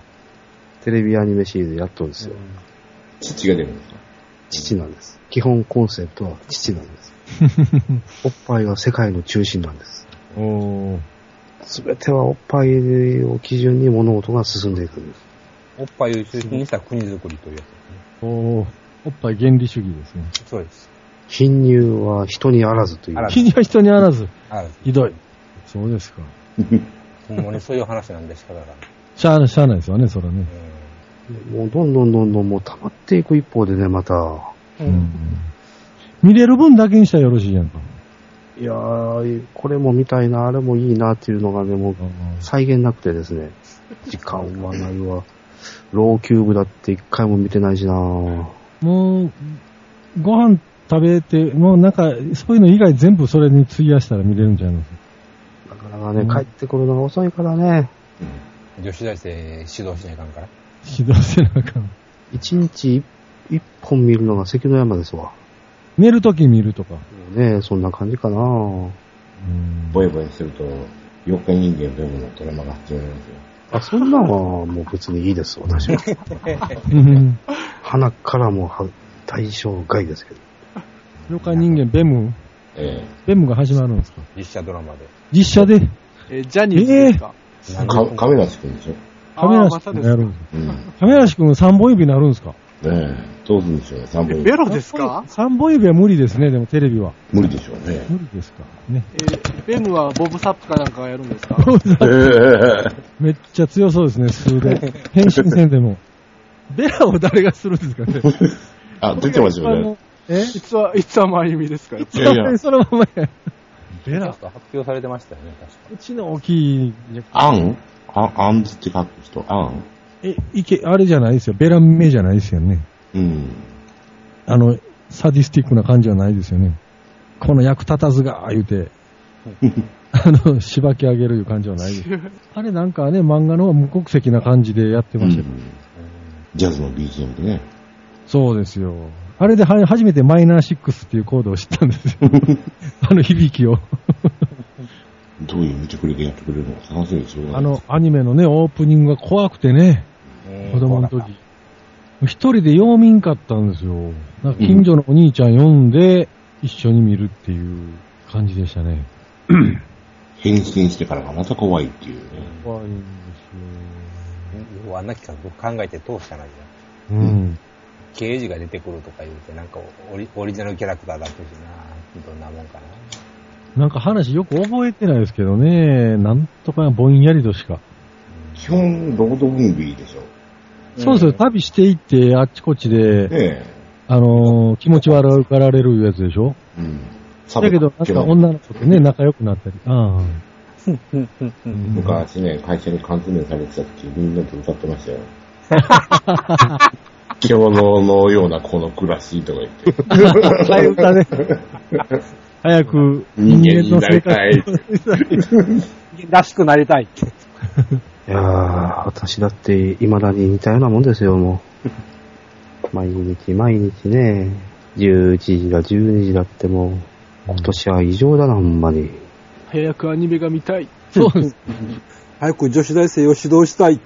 Speaker 4: テレビアニメシリーズやっとですよ。
Speaker 3: 父が出るんですか
Speaker 4: 父なんです。基本コンセプトは父なん です。おっぱいが世界の中心なんです。
Speaker 2: おー。
Speaker 4: すべてはおっぱいを基準に物事が進んでいくんです。
Speaker 8: おっぱいを中心にした国づくりというやつで
Speaker 2: おー。おっぱい原理主義ですね。
Speaker 8: すね。そうです。
Speaker 4: 貧乳は人にあらずという
Speaker 8: あ。らず
Speaker 2: 君は人にあらず。
Speaker 8: ある。
Speaker 2: ひどい。そうですか。
Speaker 8: ほんまにそういう話なんで仕方がない。
Speaker 2: しゃあない、しゃあないですよね、それはね。
Speaker 4: もうどんどんどんどんもう溜まっていく一方でね、また。
Speaker 2: うん見れる分だけにしたらよろしいやんか。
Speaker 4: いやー、これも見たいな、あれもいいなっていうのがね、もう再現なくてですね。時間はないわ。ローキューブだって一回も見てないしな
Speaker 2: もう、ご飯食べて、もうなんか、そういうの以外全部それに費やしたら見れるんじゃないですか。
Speaker 4: なかなかね、帰ってくるのが遅いからね。
Speaker 8: うん。女子大生指導しないかんから。
Speaker 2: 指導せなあかん。
Speaker 4: 一日一一本見るのが関の山ですわ。
Speaker 2: 寝るとき見るとか。
Speaker 4: ねえ、そんな感じかな
Speaker 2: うん
Speaker 3: ボヤボヤすると、妖怪人間というもののドラマが始まりますよ。
Speaker 4: あ、そんなんはもう別にいいです、私は。
Speaker 2: うん
Speaker 4: 鼻からもうは対象外ですけど。
Speaker 2: 妖怪人間、ベム
Speaker 3: え
Speaker 2: ベムが始まるんですか
Speaker 8: 実写ドラマで。
Speaker 2: 実写で、
Speaker 6: えージャニーズですか、
Speaker 3: えか、亀梨くんでしょ
Speaker 2: 亀
Speaker 6: あー
Speaker 2: 梨
Speaker 6: また
Speaker 2: 君
Speaker 6: で
Speaker 2: がやる
Speaker 6: すか
Speaker 2: んですか
Speaker 3: うん。
Speaker 2: 亀梨君3本指になるんですか
Speaker 3: ねえ、どうするんでしょうね、3
Speaker 6: え、
Speaker 3: 本
Speaker 6: ベ。ロですか
Speaker 2: ?3 本指は無理ですね、でもテレビは。
Speaker 3: 無理でしょうね。
Speaker 2: 無理ですか。ね。
Speaker 6: えー、ベムはボブサップかなんかがやるんですか
Speaker 2: めっちゃ強そうですね、素で。 変身戦でも。ベラを誰がするんですかね。
Speaker 3: あ、出てましたよね。
Speaker 2: え
Speaker 6: いつは、いつは真由美ですか
Speaker 3: いやい
Speaker 2: 、
Speaker 3: や
Speaker 2: そのままや。ベ
Speaker 8: キャ
Speaker 2: ラ
Speaker 8: ス、ト発表されてましたよね、確か。
Speaker 2: うちの大きい、
Speaker 3: アンあアンズって書く人、アン
Speaker 2: え、いけ、あれじゃないですよ。ベラ目じゃないですよね。
Speaker 3: うん。
Speaker 2: あの、サディスティックな感じはないですよね。この役立たずが、言う て、あの、しばき上げるいう感じはないです。あれなんかね、漫画の無国籍な感じでやって
Speaker 3: う
Speaker 2: ましたよ、
Speaker 3: んジャズの BGM でね。
Speaker 2: そうですよ。あれでは初めてマイナー6っていうコードを知ったんです よ。あの響きを。
Speaker 3: どういう無茶苦でやってくれるのか楽しみでしょうがない
Speaker 2: あの、、アニメのね、オープニングが怖くてね、
Speaker 8: うん
Speaker 2: 子供の
Speaker 8: 怖か
Speaker 2: 時。一人でよう見んかったんですよ。なんか近所のお兄ちゃん呼んで、一緒に見るっていう感じでしたね。
Speaker 3: 変身してからがまた怖いっていうね。
Speaker 2: 怖いんです
Speaker 8: ったようあんな企画考えて通したないじゃん。
Speaker 2: よ。うん。
Speaker 8: 刑事が出てくるとか言うて、なんかオリオリジナルキャラクターだったしな、どんなもんかな。
Speaker 2: なんか話よく覚えてないですけどね、なんとかぼんやりとしか。
Speaker 3: 基本、ロードムービーでしょ。
Speaker 2: そうですよ、旅していって、あっちこっちで、
Speaker 3: ね
Speaker 2: あのー気持ち悪がられるやつでしょ
Speaker 3: え。うん。
Speaker 2: だけど、なんか女の子とね、仲良くなったり。ああ。
Speaker 3: 昔ね、会社に缶詰されてた時、みんなで歌ってま したよ。獣のようなこの暮らしとか言って、
Speaker 2: 替え歌ね。早く
Speaker 3: 人間になりたい。
Speaker 8: 人間らしくなりたいって。
Speaker 4: いやー、私だって未だに似たようなもんですよ、も う。毎日毎日ね、11時だ、12時だってもう、今年は異常だな、ほんまに。
Speaker 6: 早くアニメが見たい。
Speaker 2: そうです。
Speaker 7: 早く女子大生を指導したい。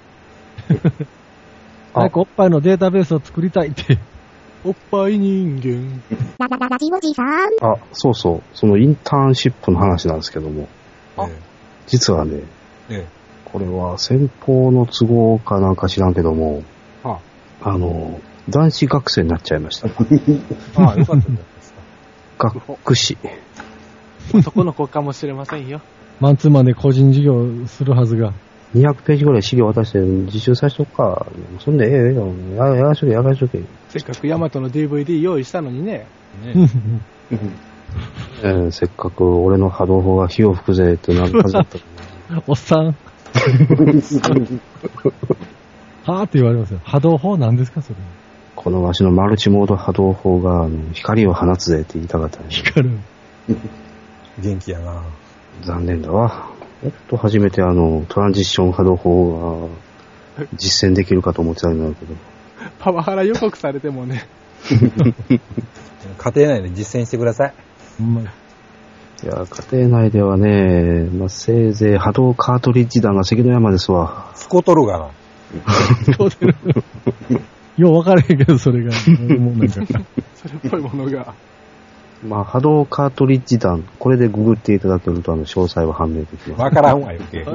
Speaker 2: 早くおっぱいのデータベースを作りたいって。
Speaker 6: おっぱい人間。
Speaker 1: ララララジオじさん。
Speaker 4: あ、そうそう。そのインターンシップの話なんですけども。
Speaker 8: あ
Speaker 4: 実はね、
Speaker 8: ええ
Speaker 4: これは先方の都合かなんか知らんけども、
Speaker 8: は
Speaker 4: あの、男子学生になっちゃいま した。
Speaker 8: あ、ああ、よかったじゃないですか。
Speaker 4: 学士。
Speaker 6: そこの子かもしれませんよ。
Speaker 2: マンツーマンで個人事業するはずが。
Speaker 4: 200ページぐらい資料渡して自習させとくか。そんでええよ、ええよ。ややらしとけ、やらしとけ。
Speaker 6: せっかくヤマトの DVD 用意したのにね。
Speaker 4: えーせっかく俺の波動砲が火を吹くぜってなるはずだ ったのに。
Speaker 2: おっさん。はーって言われますよ。波動法なんですかそれ。
Speaker 4: このわしのマルチモード波動砲があの光を放つぜって言いたかったのに
Speaker 2: 光る。
Speaker 7: 元気やな
Speaker 4: 残念だわ。やっと初めてあの、トランジッション波動砲が実践できるかと思ってたんだけど。
Speaker 6: パワハラ予告されても ね。
Speaker 8: 家庭内で実践してください。
Speaker 2: ほんまに
Speaker 4: いや、家庭内ではね、まあ、せいぜい波動カートリッジ弾が関の山ですわ。
Speaker 8: スコトルがな。
Speaker 2: よう分からへんけど、それが。もうなんか、
Speaker 6: それっぽいものが。
Speaker 4: まあ、波動カートリッジ弾、これでググっていただけると、あの、詳細は判明できます。
Speaker 8: わからんわ、余計。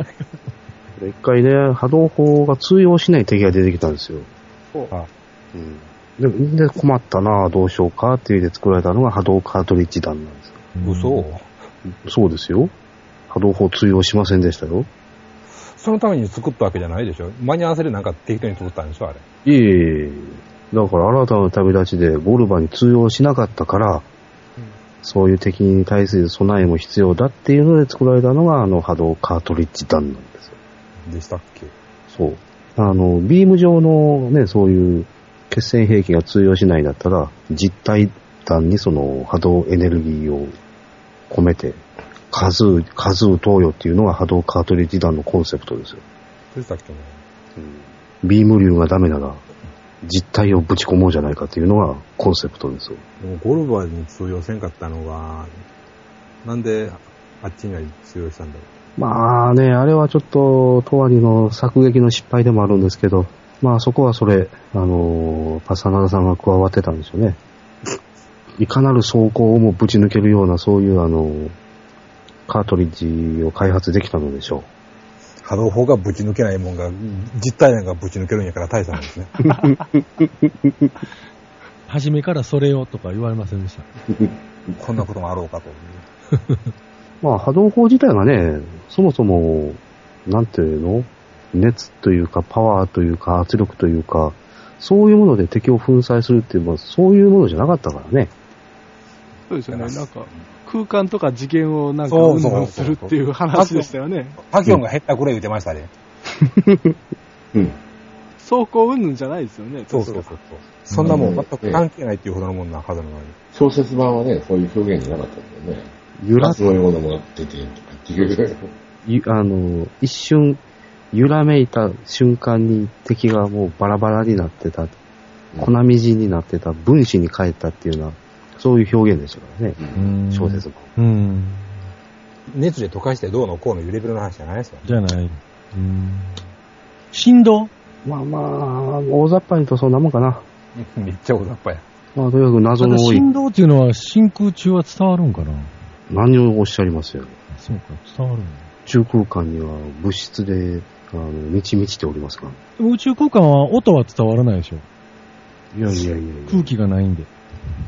Speaker 4: 一回ね、波動砲が通用しない敵が出てきたんですよ。
Speaker 8: あ
Speaker 4: うん。で、で困ったなどうしようかっていうで作られたのが波動カートリッジ弾なんです。
Speaker 8: 嘘
Speaker 4: そうですよ。波動砲通用しませんでしたよ。
Speaker 8: そのために作ったわけじゃないでしょ間に合わせでなんか適当に作ったんでしょあれ。
Speaker 4: いえいえいえ。だから新たな旅立ちでゴルバに通用しなかったから、そういう敵に対する備えも必要だっていうので作られたのが、あの波動カートリッジ弾なんですよ。
Speaker 8: でしたっけ
Speaker 4: そう。あの、ビーム状のね、そういう決戦兵器が通用しないんだったら、実体弾にその波動エネルギーを込めて、数、数を投与っていうのが波動カートリッジ弾のコンセプトですよ。
Speaker 8: でしたっけね。
Speaker 4: ビーム流がダメなら、実体をぶち込もうじゃないかっていうのがコンセプトですよ。
Speaker 8: でもゴルバに通用せんかったのが、なんであっちには通用したんだろ
Speaker 4: まあね、あれはちょっと、とわりの作劇の失敗でもあるんですけど、まあそこはそれ、あのーパサナダさんが加わってたんですよね。いかなる走行をもぶち抜けるような、そういうあのーカートリッジを開発できたのでしょ
Speaker 8: う。波動砲がぶち抜けないもんが、実体なんかぶち抜けるんやから大差なんです ね。
Speaker 2: 初めからそれをとか言われませんでした。
Speaker 8: こんなこともあろうかと。
Speaker 4: う。まあ波動砲自体がね、そもそも、なんていうの熱というかパワーというか圧力というか、そういうもので敵を粉砕するっていうのは、そういうものじゃなかったからね。
Speaker 6: そうですよね。なんか、空間とか次元をなんか、うんうんするっていう話でしたよね。
Speaker 8: パキョンが減ったくれ言ってましたね。
Speaker 3: うん。
Speaker 6: 走行うんんじゃないですよね。
Speaker 8: そうそう。そんなもん全く関係ないっていうほどのもんなはずなのに。
Speaker 3: 小説版はね、そういう表現じゃなかったんだよね。
Speaker 4: 揺ら
Speaker 3: そういうものも出てるとかっていう。
Speaker 4: ゆあの、一瞬、揺らめいた瞬間に敵がもうバラバラになってた、粉みじんになってた、分子に帰ったっていうのは、そういう表現でしたからね、
Speaker 2: うん
Speaker 4: 小。説も。
Speaker 2: うん。
Speaker 8: 熱で溶かしてどうのこうのいうレベルの話じゃないですよ。
Speaker 2: じゃない。うん。振動
Speaker 4: まあまあ、大雑把に言うとそんなもんかな。
Speaker 8: めっちゃ大雑把や。
Speaker 4: まあとにかく謎
Speaker 2: ただ
Speaker 4: の多い、
Speaker 2: 振動っていうのは真空中は伝わるんかな
Speaker 4: 何をおっしゃりますよ。
Speaker 2: そうか、伝わるんだ
Speaker 4: 中空間には物質で、あの、満ち満ちておりますから。
Speaker 2: でも宇宙空間は音は伝わらないでしょ。
Speaker 4: いやいやいやい
Speaker 2: 空
Speaker 4: や
Speaker 2: 気がないんで。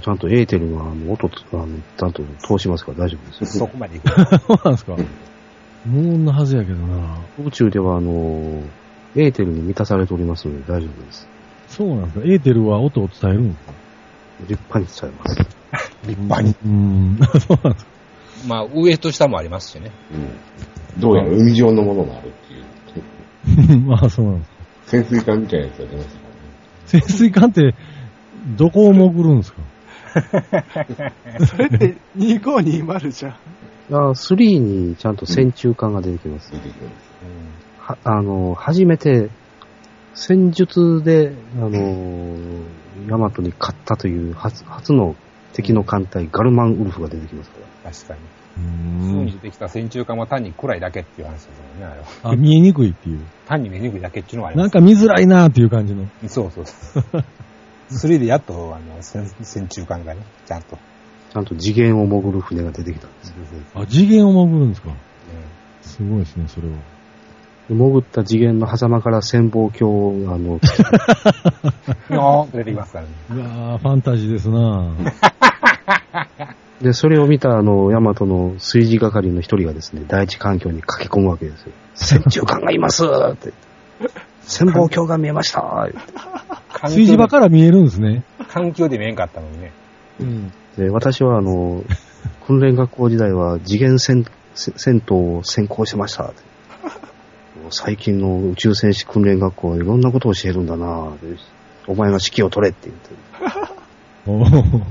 Speaker 4: ちゃんとエーテルはあの音つ、あの、ちゃんと通しますから大丈夫ですよ。
Speaker 8: そこまで行く。
Speaker 2: そうなんですか。無音なはずやけどな。
Speaker 4: 宇宙ではあの、エーテルに満たされておりますので大丈夫です。
Speaker 2: そうなんですか。エーテルは音を伝えるんですか
Speaker 4: 立派に伝えます。
Speaker 8: 立派に。
Speaker 2: うん。 そうなんですか。
Speaker 8: まあ、上と下もありますしね。
Speaker 3: うん。どうやら海上のものがあるっていう。
Speaker 2: まあそうなんですか。
Speaker 3: 潜水艦みたいなやつが出ましたからね。
Speaker 2: 潜水艦って、どこを潜るんですか
Speaker 6: それって2520じゃん。
Speaker 4: あ3にちゃんと戦中艦が出てきます。
Speaker 3: 出てきてます。
Speaker 4: はあの、初めて、戦術で、あの、ヤマトに勝ったという初初の敵の艦隊、ガルマンウルフが出てきますから。
Speaker 8: 確かに。
Speaker 2: う
Speaker 8: すぐ
Speaker 2: ん。
Speaker 8: に出てきた戦中間は単に暗いだけっていう話ですよね、あれは。
Speaker 2: あ、見えにくいっていう。
Speaker 8: 単に目にくいだけっていうのはあり
Speaker 2: な
Speaker 8: ま
Speaker 2: ん
Speaker 8: す。
Speaker 2: か見づらいなーっていう感じの。
Speaker 8: そうそうそう。3でやっと、あの、戦戦中間がね、ちゃんと。
Speaker 4: ちゃんと次元を潜る船が出てきたんですよ。
Speaker 2: あ、次元を潜るんですか。
Speaker 8: うん
Speaker 2: すごいですね、それは。
Speaker 4: で潜った次元の狭間から潜望鏡を、あの、
Speaker 8: の出てきますからね。
Speaker 2: うわーファンタジーです なー
Speaker 4: で、それを見た、あの、ヤマトの炊事係の一人がですね、第一環境に駆け込むわけですよ。戦中艦がいますって。潜望鏡が見えました言って
Speaker 2: 炊事場から見えるんですね。
Speaker 8: 環境で見えんかったのにね。
Speaker 2: うん。
Speaker 4: で、私は、あの、訓練学校時代は次元戦、戦闘を専攻してましたって。最近の宇宙戦士訓練学校はいろんなことを教えるんだなってお前が指揮を取れって言って。
Speaker 2: おー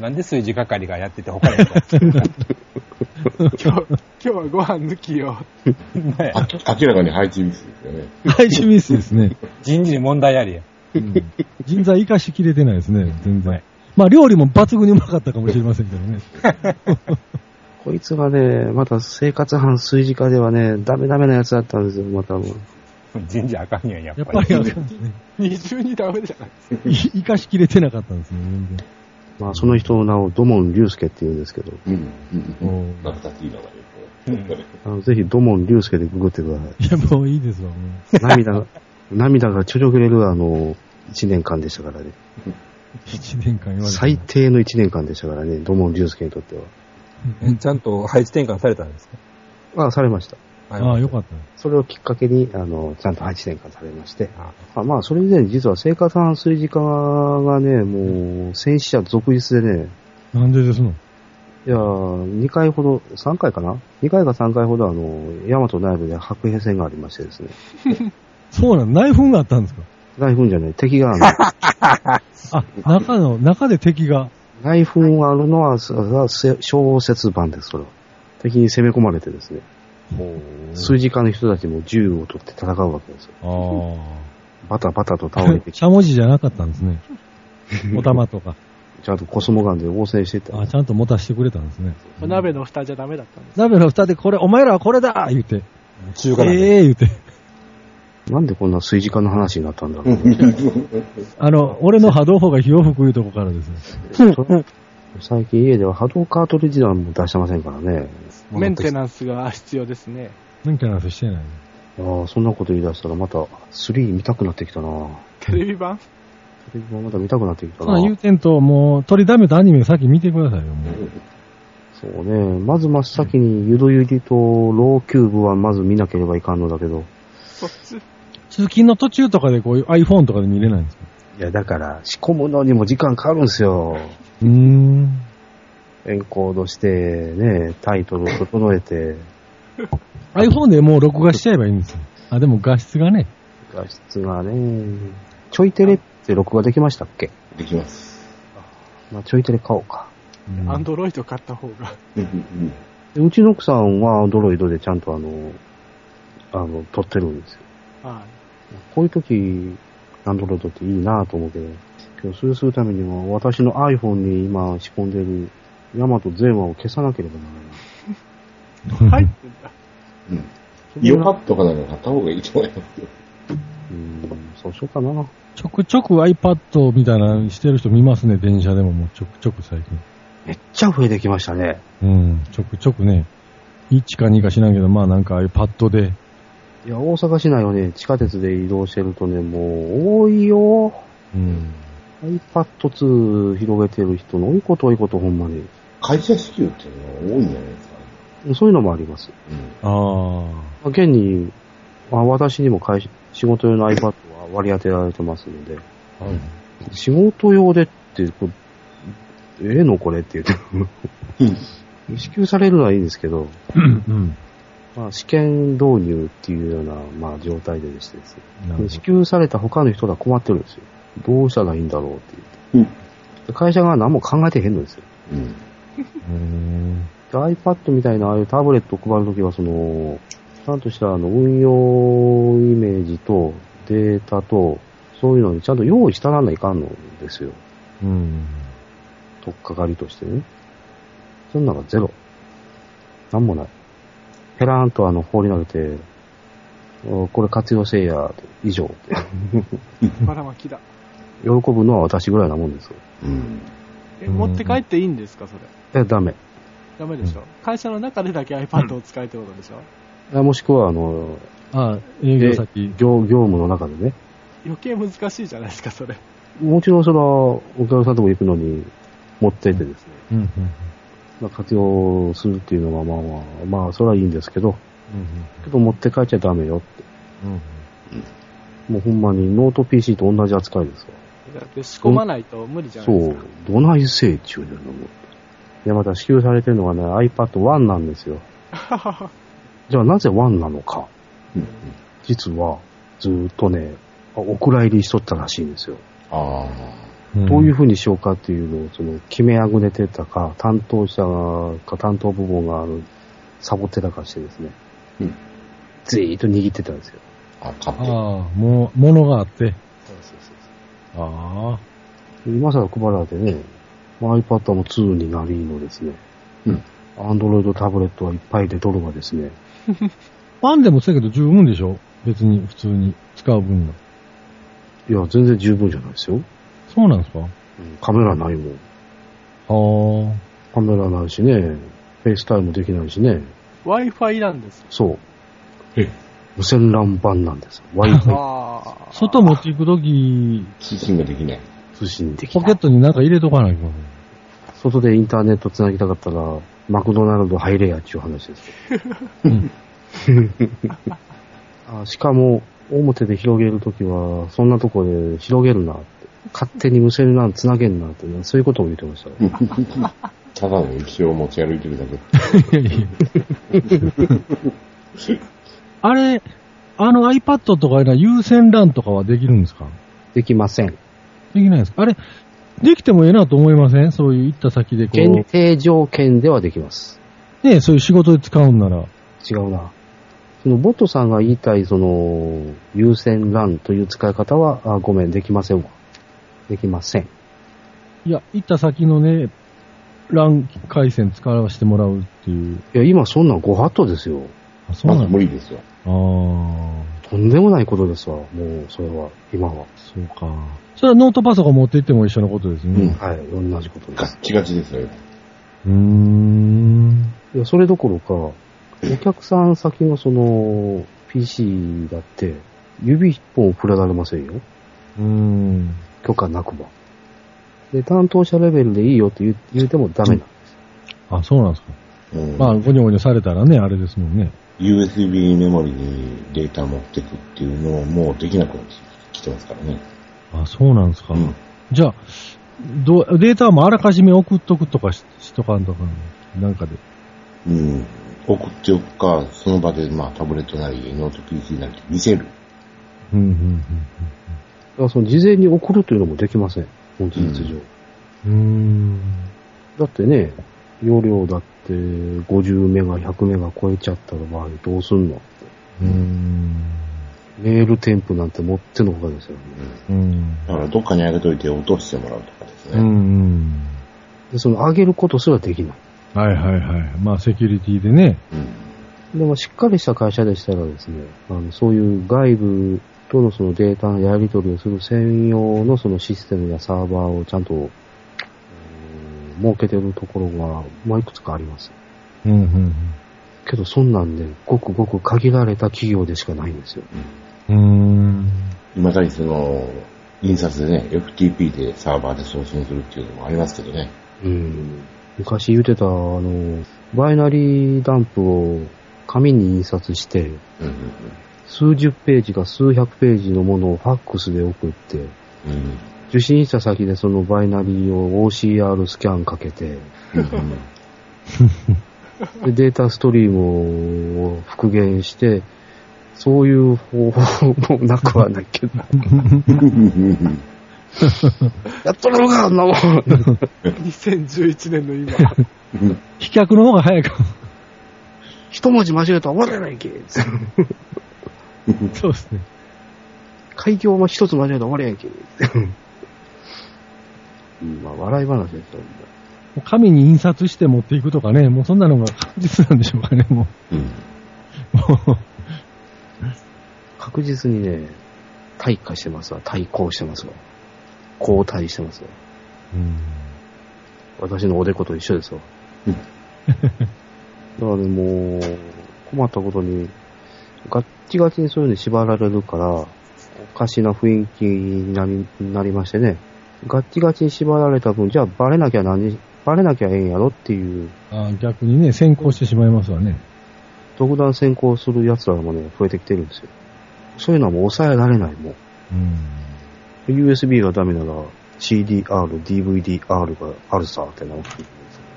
Speaker 8: なんで数字係がやってて他にやったんですか
Speaker 6: 今日、今日はご飯抜きよ。
Speaker 8: ね
Speaker 3: あ明らかに配置ミスですよね。
Speaker 2: 大事ミスですね。
Speaker 8: 人事に問題ありや。
Speaker 2: うん人材生かしきれてないですね、全然。まあ、料理も抜群にうまかったかもしれませんけどね。
Speaker 4: こいつがね、また生活班炊事課ではね、ダメダメなやつだったんですよ、またもう。
Speaker 8: 人事あかんやん、やっ
Speaker 2: やっ
Speaker 8: ぱ
Speaker 2: ぱり
Speaker 8: り。
Speaker 2: あかんですね。
Speaker 6: 二重にダメじゃない
Speaker 2: い生かしきれてなかったんですね、全然。
Speaker 4: まあ、その人の名を土門龍介って言うんですけど、
Speaker 3: うん。う
Speaker 2: お
Speaker 3: ん。
Speaker 2: ー
Speaker 3: 懐かしいのがよ
Speaker 8: うん
Speaker 4: あのぜひ土門龍介でググってください。
Speaker 2: いや、もういいですわ、もう。
Speaker 4: 涙が、涙がちょちょぐれるあの、一年間でしたからね。
Speaker 2: 一年間言われて
Speaker 4: 最低の一年間でしたからね、土門龍介にとっては。
Speaker 7: えちゃんと配置転換されたんですか
Speaker 4: まあ、されました。
Speaker 2: ああ、よかった。
Speaker 4: それをきっかけに、あの、ちゃんと8年間されまして。
Speaker 8: あ
Speaker 4: あまあ、それ以前に実は生活反水事課がね、もう、戦死者続出でね、
Speaker 2: なんでですの
Speaker 4: いやー、2回ほど、3回かな ?2 回か3回ほど、あの、大和内部で白兵戦がありましてですね。
Speaker 2: そうなの内紛があったんですか
Speaker 4: 内紛じゃない、敵がある。
Speaker 2: あ、中の、中で敵が。
Speaker 4: 内紛があるのは、ささ小説版です、それは。敵に攻め込まれてですね。数字家の人たちも銃を取って戦うわけですよ。
Speaker 2: ああ。
Speaker 4: バタバタと倒れてき、
Speaker 2: してゃもじじゃなかったんですね。お玉とか。
Speaker 4: ちゃんとコスモガンで応戦してて、
Speaker 2: あちゃんと持たしてくれたんですね。
Speaker 6: お鍋の蓋じゃダメだったんです。
Speaker 2: 鍋の蓋でこれ、お前らはこれだ言うて。
Speaker 7: 中華なんで。
Speaker 2: ええ言うて。
Speaker 4: なんでこんな数字家の話になったんだろう、
Speaker 2: あの、俺の波動砲が火を吹くいうとこからですね。
Speaker 4: 最近家では波動カートリッジ弾も出してませんからね。
Speaker 6: メンテナンスが必要ですね。
Speaker 2: なんかな話してない。
Speaker 4: ああ、そんなこと言い出したらまた3見たくなってきたな
Speaker 6: テレビ版
Speaker 4: テレビもまた見たくなってきた
Speaker 2: そ
Speaker 4: な
Speaker 2: の言うてんと、もう、取りだめたアニメさっき見てくださいよ、もう。
Speaker 4: そうね。まず真っ先にゆどゆりとローキューブはまず見なければいかんのだけど。
Speaker 6: そっち
Speaker 2: 通勤の途中とかでこういう iPhone とかで見れないんですか
Speaker 4: いや、だから仕込むのにも時間かかるんですよ。
Speaker 2: うーん。
Speaker 4: エンコードして、ね、タイトルを整えて、
Speaker 2: iPhone でもう録画しちゃえばいいんですよ。あ、でも画質がね。
Speaker 4: 画質がね、ちょいテレって録画できましたっけ
Speaker 3: できます。
Speaker 4: まあ、ちょいテレ買おうか。
Speaker 2: うん
Speaker 6: アンドロイド買った方が。
Speaker 3: うんうん
Speaker 4: でうちの奥さんはアンドロイドでちゃんとあの、あの、撮ってるんですよ。
Speaker 6: あ
Speaker 4: こういう時、アンドロイドっていいなぁと思うけど、今日それするためには私の iPhone に今仕込んでるヤマト全話を消さなければならない。
Speaker 6: あ入ってんだ。
Speaker 3: うんイオパッドかなんか買った方がいいと思いますよ。
Speaker 4: うーん、そうしようかな。
Speaker 2: ちょくちょく iPad みたいなのしてる人見ますね、電車でももうちょくちょく最近。
Speaker 4: めっちゃ増えてきましたね。
Speaker 2: うん、ちょくちょくね、1か2か知らんけど、まあなんかああいうパッドで、
Speaker 4: いや、大阪市内をね、地下鉄で移動してるとね、もう多いよ。
Speaker 2: うん、
Speaker 4: iPad2 広げてる人の多いこと多いことほんまに。
Speaker 3: 会社支給っていうのは多いんじゃないですか。
Speaker 4: そういうのもあります。
Speaker 3: うん。
Speaker 2: ああ、
Speaker 4: まあ現に、まあ、私にも会社仕事用の iPad は割り当てられてますので、仕事用でって、これええのこれって言って。 支給されるのはいいんですけど、
Speaker 2: うん、
Speaker 4: まあ、試験導入っていうような、まあ、状態でですね、
Speaker 2: なるほ
Speaker 4: 支給された他の人が困ってるんですよ。どうしたらいいんだろうって
Speaker 3: う
Speaker 4: 言
Speaker 3: ん
Speaker 4: って。で会社側何も考えてへんのですよ。
Speaker 3: うん。
Speaker 2: ど。うん
Speaker 4: で iPad みたいなああいうタブレットを配るときは、その、ちゃんとしたあの運用イメージとデータと、そういうのにちゃんと用意したらないかんのですよ。
Speaker 2: うん
Speaker 4: とっかかりとしてね。そんなのがゼロ。なんもない。ペラーンとあの、放り投げて、おこれ活用せいや、以上。
Speaker 6: ばらまきだ。
Speaker 4: 喜ぶのは私ぐらいなもんですよ。
Speaker 3: うん。
Speaker 6: え、
Speaker 2: うん
Speaker 6: 持って帰っていいんですか、それ。
Speaker 4: え、ダメ。
Speaker 6: ダメでしょ。会社の中でだけ iPad を使えってことでしょ。
Speaker 4: あもしくは、あの、
Speaker 2: あ、営業先。
Speaker 4: 業、業務の中でね。
Speaker 6: 余計難しいじゃないですか、それ。
Speaker 4: もちろん、その、お客さんとも行くのに、持ってってですね、
Speaker 2: うん、うん、
Speaker 4: まあ、活用するっていうのは、まあまあ、まあ、それはいいんですけど、けど持って帰っちゃダメよって。
Speaker 2: うん、うん。
Speaker 4: もうほんまにノート PC と同じ扱いですよ。
Speaker 6: だって仕込まないと無理じゃな
Speaker 4: そ
Speaker 6: いです
Speaker 4: う
Speaker 6: か。、
Speaker 4: どないせいちゅうねんのもう。で、また支給されてるのがね、iPad1 なんですよ。 じゃあなぜ1なのか。実は、ずーっとね、あお蔵入りしとったらしいんですよ。
Speaker 3: ああ。
Speaker 2: うん
Speaker 4: どういうふうにしようかっていうのを、その、決めあぐねてたか、担当者か、担当部門があの、サボってたかしてですね。
Speaker 3: うん。
Speaker 4: ずーっと握ってたんですよ。
Speaker 3: あ、買って。
Speaker 2: ああ、もう、ものがあって。
Speaker 4: そうそうそう
Speaker 2: ああ。
Speaker 4: 今更配られてね、まあ iPad も2になりのですね。
Speaker 3: うん。
Speaker 4: アンドロイドタブレットはいっぱい出とるがですね。
Speaker 2: パンでもそうやけど十分でしょ別に、普通に。使う分には。
Speaker 4: いや、全然十分じゃないですよ。
Speaker 2: そうなんですかあ
Speaker 4: カメラないもん。
Speaker 2: あ。
Speaker 4: カメラないしね、フェイスタイムできないしね。
Speaker 6: Wi-Fi なんです。
Speaker 4: そう。
Speaker 3: え
Speaker 4: 無線 LAN 版なんですよ。Wi-Fi
Speaker 6: ああ。
Speaker 2: 外持っていくとき、
Speaker 3: 通信ができない。
Speaker 4: 通信でき
Speaker 2: ポ
Speaker 4: な
Speaker 2: ケ
Speaker 4: い
Speaker 2: ッ。トになんか入れとかないかん
Speaker 4: 外でインターネット繋ぎたかったら、マクドナルド入れやっちゅう話ですよ。
Speaker 2: うん。
Speaker 4: あしかも、表で広げるときは、そんなとこで広げるなって。勝手に無線 LAN 繋げんなって、ね、そういうことも言ってましたよ。
Speaker 3: ただの浮世を持ち歩いてるだけ。
Speaker 2: いやいや。あれ、あの iPad とかいうのは有線 LAN とかはできるんですか
Speaker 4: できません。
Speaker 2: できないですかあれ、できてもええなと思いませんそういう行った先でこ
Speaker 4: 限定条件ではできます。
Speaker 2: う、ね、そういう仕事で使うんなら。
Speaker 4: 違うな。その、ボットさんが言いたい、その、優先 LAN という使い方は、あごめん、できませんわ。できません。
Speaker 2: いや、行った先のね、LAN 回線使わせてもらうっていう。
Speaker 4: いや、今そんなんご法度ですよ。
Speaker 2: あ、そう
Speaker 3: ま
Speaker 2: な
Speaker 3: ず
Speaker 2: んだ
Speaker 3: 無。理ですよ。
Speaker 2: ああ、
Speaker 4: とんでもないことですわ。もう、それは、今は。
Speaker 2: そうか。それはノートパソコン持って行っても一緒のことですね。
Speaker 4: はい、同じことで
Speaker 3: ガ
Speaker 4: す。
Speaker 3: ッチガチですよ。
Speaker 2: うーん。
Speaker 4: いや、それどころか、お客さん先のその、PC だって、指一本振られませんよ。
Speaker 2: うーん。
Speaker 4: 許可なくば。で、担当者レベルでいいよって言う言うてもダメな。
Speaker 2: あ、そうなんですか。
Speaker 3: うん。
Speaker 2: まあ、ごにょごにょされたらね、あれですもんね。
Speaker 3: USB メモリにデータ持ってくっていうのももうできなくなってきてますからね。
Speaker 2: あ、そうなんですか。
Speaker 3: うん。
Speaker 2: じゃあ、どうデータもあらかじめ送っとくとかししとかんとか、なんかで。
Speaker 3: うん。送っておくか、その場で、まあ、タブレットなり、ノート PC なりで見せる。
Speaker 2: うん、うん、
Speaker 4: だからその事前に送るというのもできません。本事実上。
Speaker 2: うん。うん。
Speaker 4: だってね、容量だって50メガ、100メガ超えちゃった場合どうすんの
Speaker 2: うーん。
Speaker 4: メール添付なんて持ってのほかですよね。
Speaker 2: うん。
Speaker 3: だから、どっかにあげといて落としてもらうとかです
Speaker 2: うん、う
Speaker 3: ね。
Speaker 2: ん。
Speaker 4: で、その上げることすらできない。
Speaker 2: はいはいはい。まあ、セキュリティでね。
Speaker 3: うん。
Speaker 4: でもしっかりした会社でしたらですね、あのそういう外部とのそのデータのやり取りをする専用のそのシステムやサーバーをちゃんと、うん設けてるところが、まあ、いくつかあります。
Speaker 2: うん、うん
Speaker 4: けど、そんなんで、ごくごく限られた企業でしかないんですよ。
Speaker 2: うん。うーん。
Speaker 3: 今だにその、印刷でね、FTP でサーバーで送信するっていうのもありますけどね。
Speaker 4: うん。昔言うてた、あの、バイナリーダンプを紙に印刷し
Speaker 3: う
Speaker 4: て、
Speaker 3: んうん
Speaker 4: 数十ページか数百ページのものをファックスで送って、
Speaker 3: うん。うん
Speaker 4: 受信した先でそのバイナリーを OCR スキャンかけて、
Speaker 3: うん
Speaker 4: でデータストリームを復元して、そういう方法もなくはないけど、
Speaker 3: うん。
Speaker 4: やっとるのか、あんなもん。
Speaker 6: 2011年の今。
Speaker 2: 飛脚の方が早いかも。
Speaker 4: 一文字間違えたら終わらないけ。
Speaker 2: そうですね。
Speaker 4: 開業も一つ 間違えたら終わりやんけ。まあ、笑い話ですよ。
Speaker 2: う紙に印刷して持っていくとかね、もうそんなのが確実なんでしょうかね、も
Speaker 3: うん。
Speaker 2: う。も
Speaker 4: 確実にね、退化してますわ。対抗してますわ。交代してますわ。
Speaker 2: ううん
Speaker 4: 私のおでこと一緒ですわ。
Speaker 3: うん
Speaker 4: だからもう、困ったことに、ガッチガチにそういうのに縛られるから、おかしな雰囲気になりなりましてね、ガッチガチに縛られた分、じゃあバレなきゃ何、バレなきゃええんやろっていう、
Speaker 2: あ逆にね、先行してしまいますわね。
Speaker 4: 独断先行する奴らもね、増えてきてるんですよ。そういうのはもう抑えられない、もう。
Speaker 2: うん。
Speaker 4: USB がダメなら CDR、DVDR があるさってなるんですよ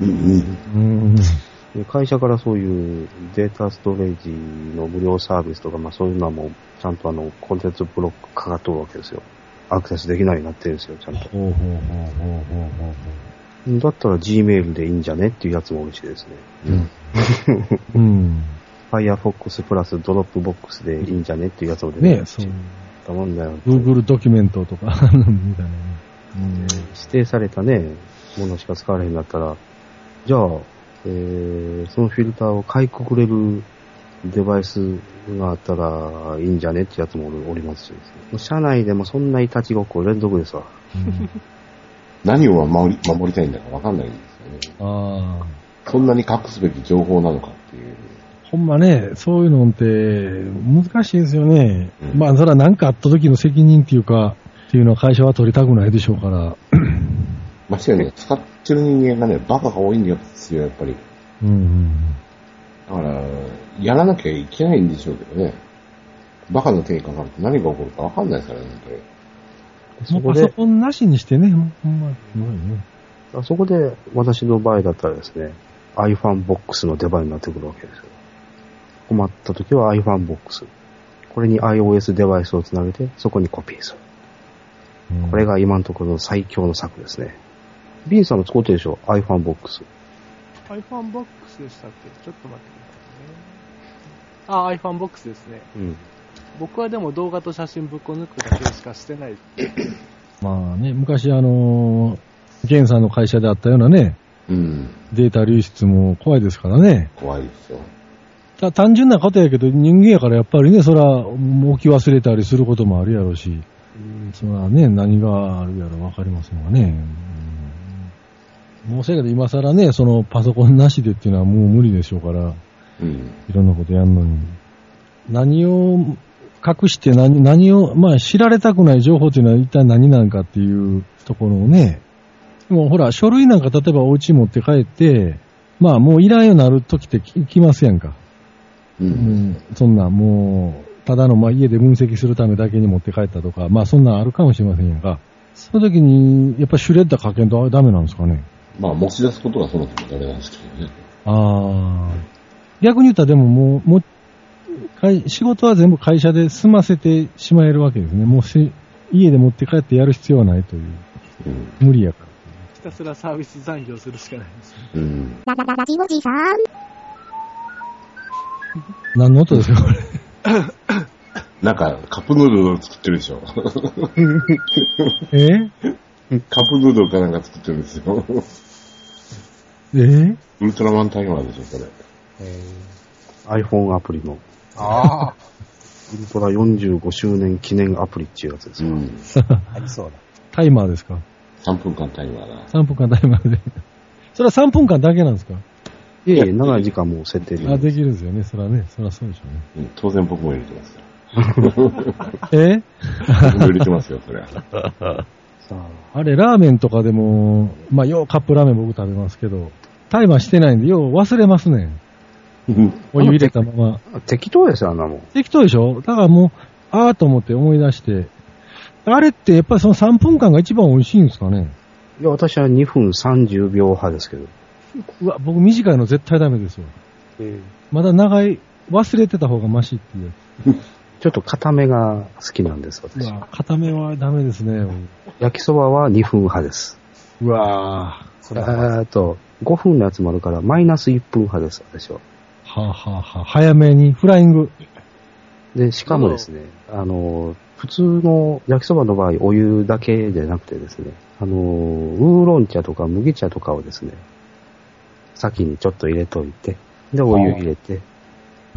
Speaker 3: うんうん。
Speaker 2: うん。
Speaker 4: で会社からそういうデータストレージの無料サービスとか、まあそういうのはもうちゃんとあのコンテンツブロックかかっとるわけですよ。アクセスできないようになってるんですよ、ちゃんと。
Speaker 2: ほうほうほうほうほうほう
Speaker 4: だったら Gmail でいいんじゃねっていうやつも多いしですね。
Speaker 2: ほう。うん。
Speaker 4: Firefox プラス Dropbox でいいんじゃねっていうやつも出て
Speaker 2: ね
Speaker 4: き
Speaker 2: そう。
Speaker 4: たもんだよ。
Speaker 2: Google ドキュメントとか、 あのみたいなね。うん
Speaker 4: 指定されたね、ものしか使われへんだったら、じゃあ、えー、そのフィルターをかいくぐれるデバイスがあったらいいんじゃねってやつもおるおりますしですね、もう社内でもそんなイタチごっこ連続ですわ。
Speaker 3: 何を守り、守りたいんだかわかんないんですよね。
Speaker 2: ああ。
Speaker 3: そんなに隠すべき情報なのかっていう。
Speaker 2: ほんまね、そういうのって難しいですよね。
Speaker 3: うん
Speaker 2: まあ、それは何かあった時の責任っていうか、っていうのは会社は取りたくないでしょうから。
Speaker 3: ましてやね、使ってる人間がね、バカが多いんですよ、やっぱり。
Speaker 2: うんうん。
Speaker 3: だから、やらなきゃいけないんでしょうけどね。バカの手にかかると何が起こるかわかんないですからね、本当に。
Speaker 4: そ
Speaker 2: も
Speaker 4: こ
Speaker 2: うパソ
Speaker 4: で、
Speaker 2: コンなしにしてね、ほんま、すごいね。
Speaker 4: あそこで私の場合だったらですね、iPhoneBox の出番になってくるわけですよ。困った時は iPhoneBox。これに iOS デバイスをつなげて、そこにコピーする。これが今のところの最強の策ですね。ビンさんも使ってるでしょ ?iPhoneBox。
Speaker 6: iPhone ボックスでしたっけちょっと待ってくださいね。あ、iPhone ボックスですね。
Speaker 4: うん。
Speaker 6: 僕はでも動画と写真ぶっこ抜くだけしかしてない。
Speaker 2: まあね、昔あのー、ゲンさんの会社であったようなね、
Speaker 3: うん。
Speaker 2: データ流出も怖いですからね。
Speaker 3: 怖いですよ。
Speaker 2: た単純なことやけど、人間やからやっぱりね、そら、もう置き忘れたりすることもあるやろうし、そらね、何があるやらわかりませんがね。うん、もうせやけど、今更ね、そのパソコンなしでっていうのはもう無理でしょうから、
Speaker 3: うん。
Speaker 2: いろんなことやんのに。何を隠して何、何を、まあ知られたくない情報というのは一体何なんかっていうところをね。でもほら、書類なんか例えばお家に持って帰って、まあもういらんようになる時って行きますやんか。
Speaker 3: う。
Speaker 2: うんん。そんなんもう、ただのまあ家で分析するためだけに持って帰ったとか、まあそんなんあるかもしれませんやんか。その時に、やっぱシュレッダーかけんとダメなんですかね。
Speaker 3: まあ、持ち出すことがそもそもダメなんですけどね。
Speaker 2: ああ。逆に言ったらでももう、もう、会仕事は全部会社で済ませてしまえるわけですね。もうし、家で持って帰ってやる必要はないという。
Speaker 3: うん。
Speaker 2: 無理やから。
Speaker 6: ひたすらサービス残業するしかないです。
Speaker 3: うん。
Speaker 1: ララララジオジさん。
Speaker 2: 何の音ですか、これ。
Speaker 3: なんか、カップヌードルを作ってるで しょ。
Speaker 2: え
Speaker 3: カップヌードルかなんか作ってるんですよ。
Speaker 2: えー
Speaker 3: ウルトラマンタイマーでしょ、それ。
Speaker 4: iPhone アプリの、
Speaker 8: ああ。
Speaker 4: ウルトラ45周年記念アプリっていうやつですよ。
Speaker 3: ん。
Speaker 8: ありそうだ。
Speaker 2: タイマーですか
Speaker 3: 3分間タイマーだ。
Speaker 2: ?3 分間タイマーで。 それは3分間だけなんですか
Speaker 4: いえいえ、長い時間も設定でき
Speaker 2: あ、
Speaker 4: る。
Speaker 2: できるんですよね。それはね。それはそうでしょ
Speaker 3: うん、当然僕も入れて ます
Speaker 2: うね。
Speaker 3: よ。僕も入れてますよ、そ れは。
Speaker 4: さあ
Speaker 2: えあれ、ラーメンとかでも、まあ、ようカップラーメン僕食べますけど、タイマーしてないんで、よう忘れますね。
Speaker 3: うん
Speaker 2: お湯入れたまま。
Speaker 4: 適当ですよ、あんなもん。
Speaker 2: 適当でしょだからもう、あーと思って思い出して。あれってやっぱりその3分間が一番美味しいんですかね
Speaker 4: いや、私は2分30秒派ですけど。
Speaker 2: うわ、僕短いの絶対ダメですよ。まだ長い、忘れてた方がマシっていう
Speaker 4: ちょっと固めが好きなんです、
Speaker 2: やつ。
Speaker 4: 私
Speaker 2: う。わ、固めはダメですね。
Speaker 4: 焼きそばは2分派です。
Speaker 2: うわぁ。
Speaker 4: えーっと、5分のやつもあるから、マイナス1分派です、私は。
Speaker 2: はぁはぁはぁ。早めに、フライング。
Speaker 4: で、しかもですね、あの、普通の焼きそばの場合、お湯だけじゃなくてですね、あの、ウーロン茶とか麦茶とかをですね、先にちょっと入れといて、で、お湯入れて、
Speaker 2: へ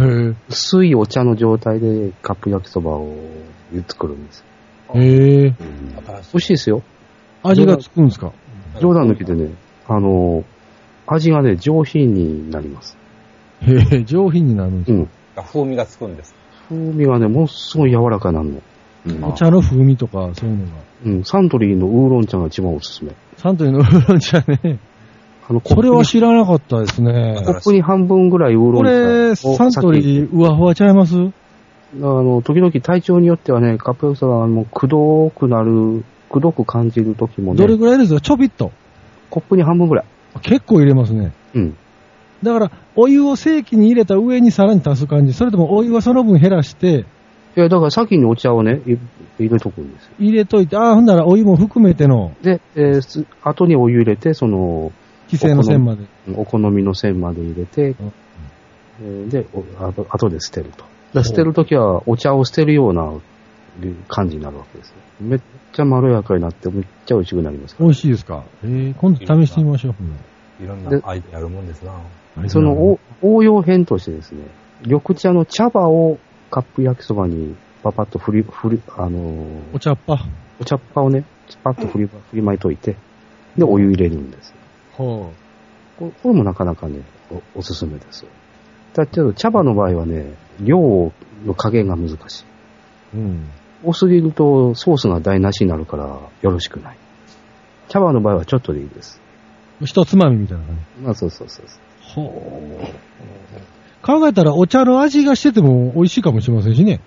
Speaker 2: え。
Speaker 4: 薄いお茶の状態でカップ焼きそばを作るんです。
Speaker 2: へえ。
Speaker 8: 新し
Speaker 4: 美
Speaker 8: い
Speaker 4: 味しいですよ。
Speaker 2: 味がつくんですか
Speaker 4: 冗談抜きでね、あの、味がね、上品になります。
Speaker 2: へえ、上品になるんです
Speaker 4: うん。
Speaker 8: 風味がつくんです。
Speaker 4: 風味がね、ものすごい柔らかなの。
Speaker 3: うん
Speaker 2: お茶の風味とか、そういうのが。
Speaker 4: うん。サントリーのウーロン茶が一番おすすめ。
Speaker 2: サントリーのウーロン茶ね。
Speaker 4: あの、
Speaker 2: これは
Speaker 4: コッ
Speaker 2: 知らなかったですね。
Speaker 4: プにコップに半分ぐらいウーロ
Speaker 2: これ、
Speaker 4: ン茶を
Speaker 2: サントリー、うわふわちゃいます
Speaker 4: あの、時々体調によってはね、カップ焼きそばがもうくどくなる、くどく感じる時も
Speaker 2: どれ
Speaker 4: ね、
Speaker 2: ぐらいですかちょびっと。
Speaker 4: コップに半分ぐらい。
Speaker 2: 結構入れますね。
Speaker 4: うん。
Speaker 2: だから、お湯を正規に入れた上にさらに足す感じ。それともお湯はその分減らして、
Speaker 4: いや、だから先にお茶をね、い入れとくんですよ。
Speaker 2: 入れといて、ああ、ほんならお湯も含めての、
Speaker 4: で、えーす後にお湯入れて、その、
Speaker 2: 規制の線まで。
Speaker 4: お好みの線まで入れて
Speaker 2: うん、
Speaker 4: えーで、おあと後で捨てると。だから捨てるときはお茶を捨てるような感じになるわけですよ。めっちゃまろやかになって、めっちゃ美味しくなりますから
Speaker 2: 美味しいですかえー、今度試してみましょう。ほんない
Speaker 8: ろん
Speaker 4: で
Speaker 8: なアイデアあるもんですな。
Speaker 2: ら
Speaker 4: そのお応用編としてですね、緑茶の茶葉をカップ焼きそばにパパッと振り、振り、あのー
Speaker 2: お茶っ葉。
Speaker 4: お茶っ葉をね、パッと振り振りまいといて、で、お湯入れるんですよ。
Speaker 2: ほ
Speaker 4: これこれもなかなかね、おおすすめですよ。だけど、茶葉の場合はね、量の加減が難しい。
Speaker 2: う。うん。
Speaker 4: 多すぎるとソースが台無しになるからよろしくない。茶葉の場合はちょっとでいいです。
Speaker 2: 一つまみみたいな感じ。
Speaker 4: まあそうそうそうそう。
Speaker 2: ほう。考えたらお茶の味がしてても美味しいかもしれませんしね。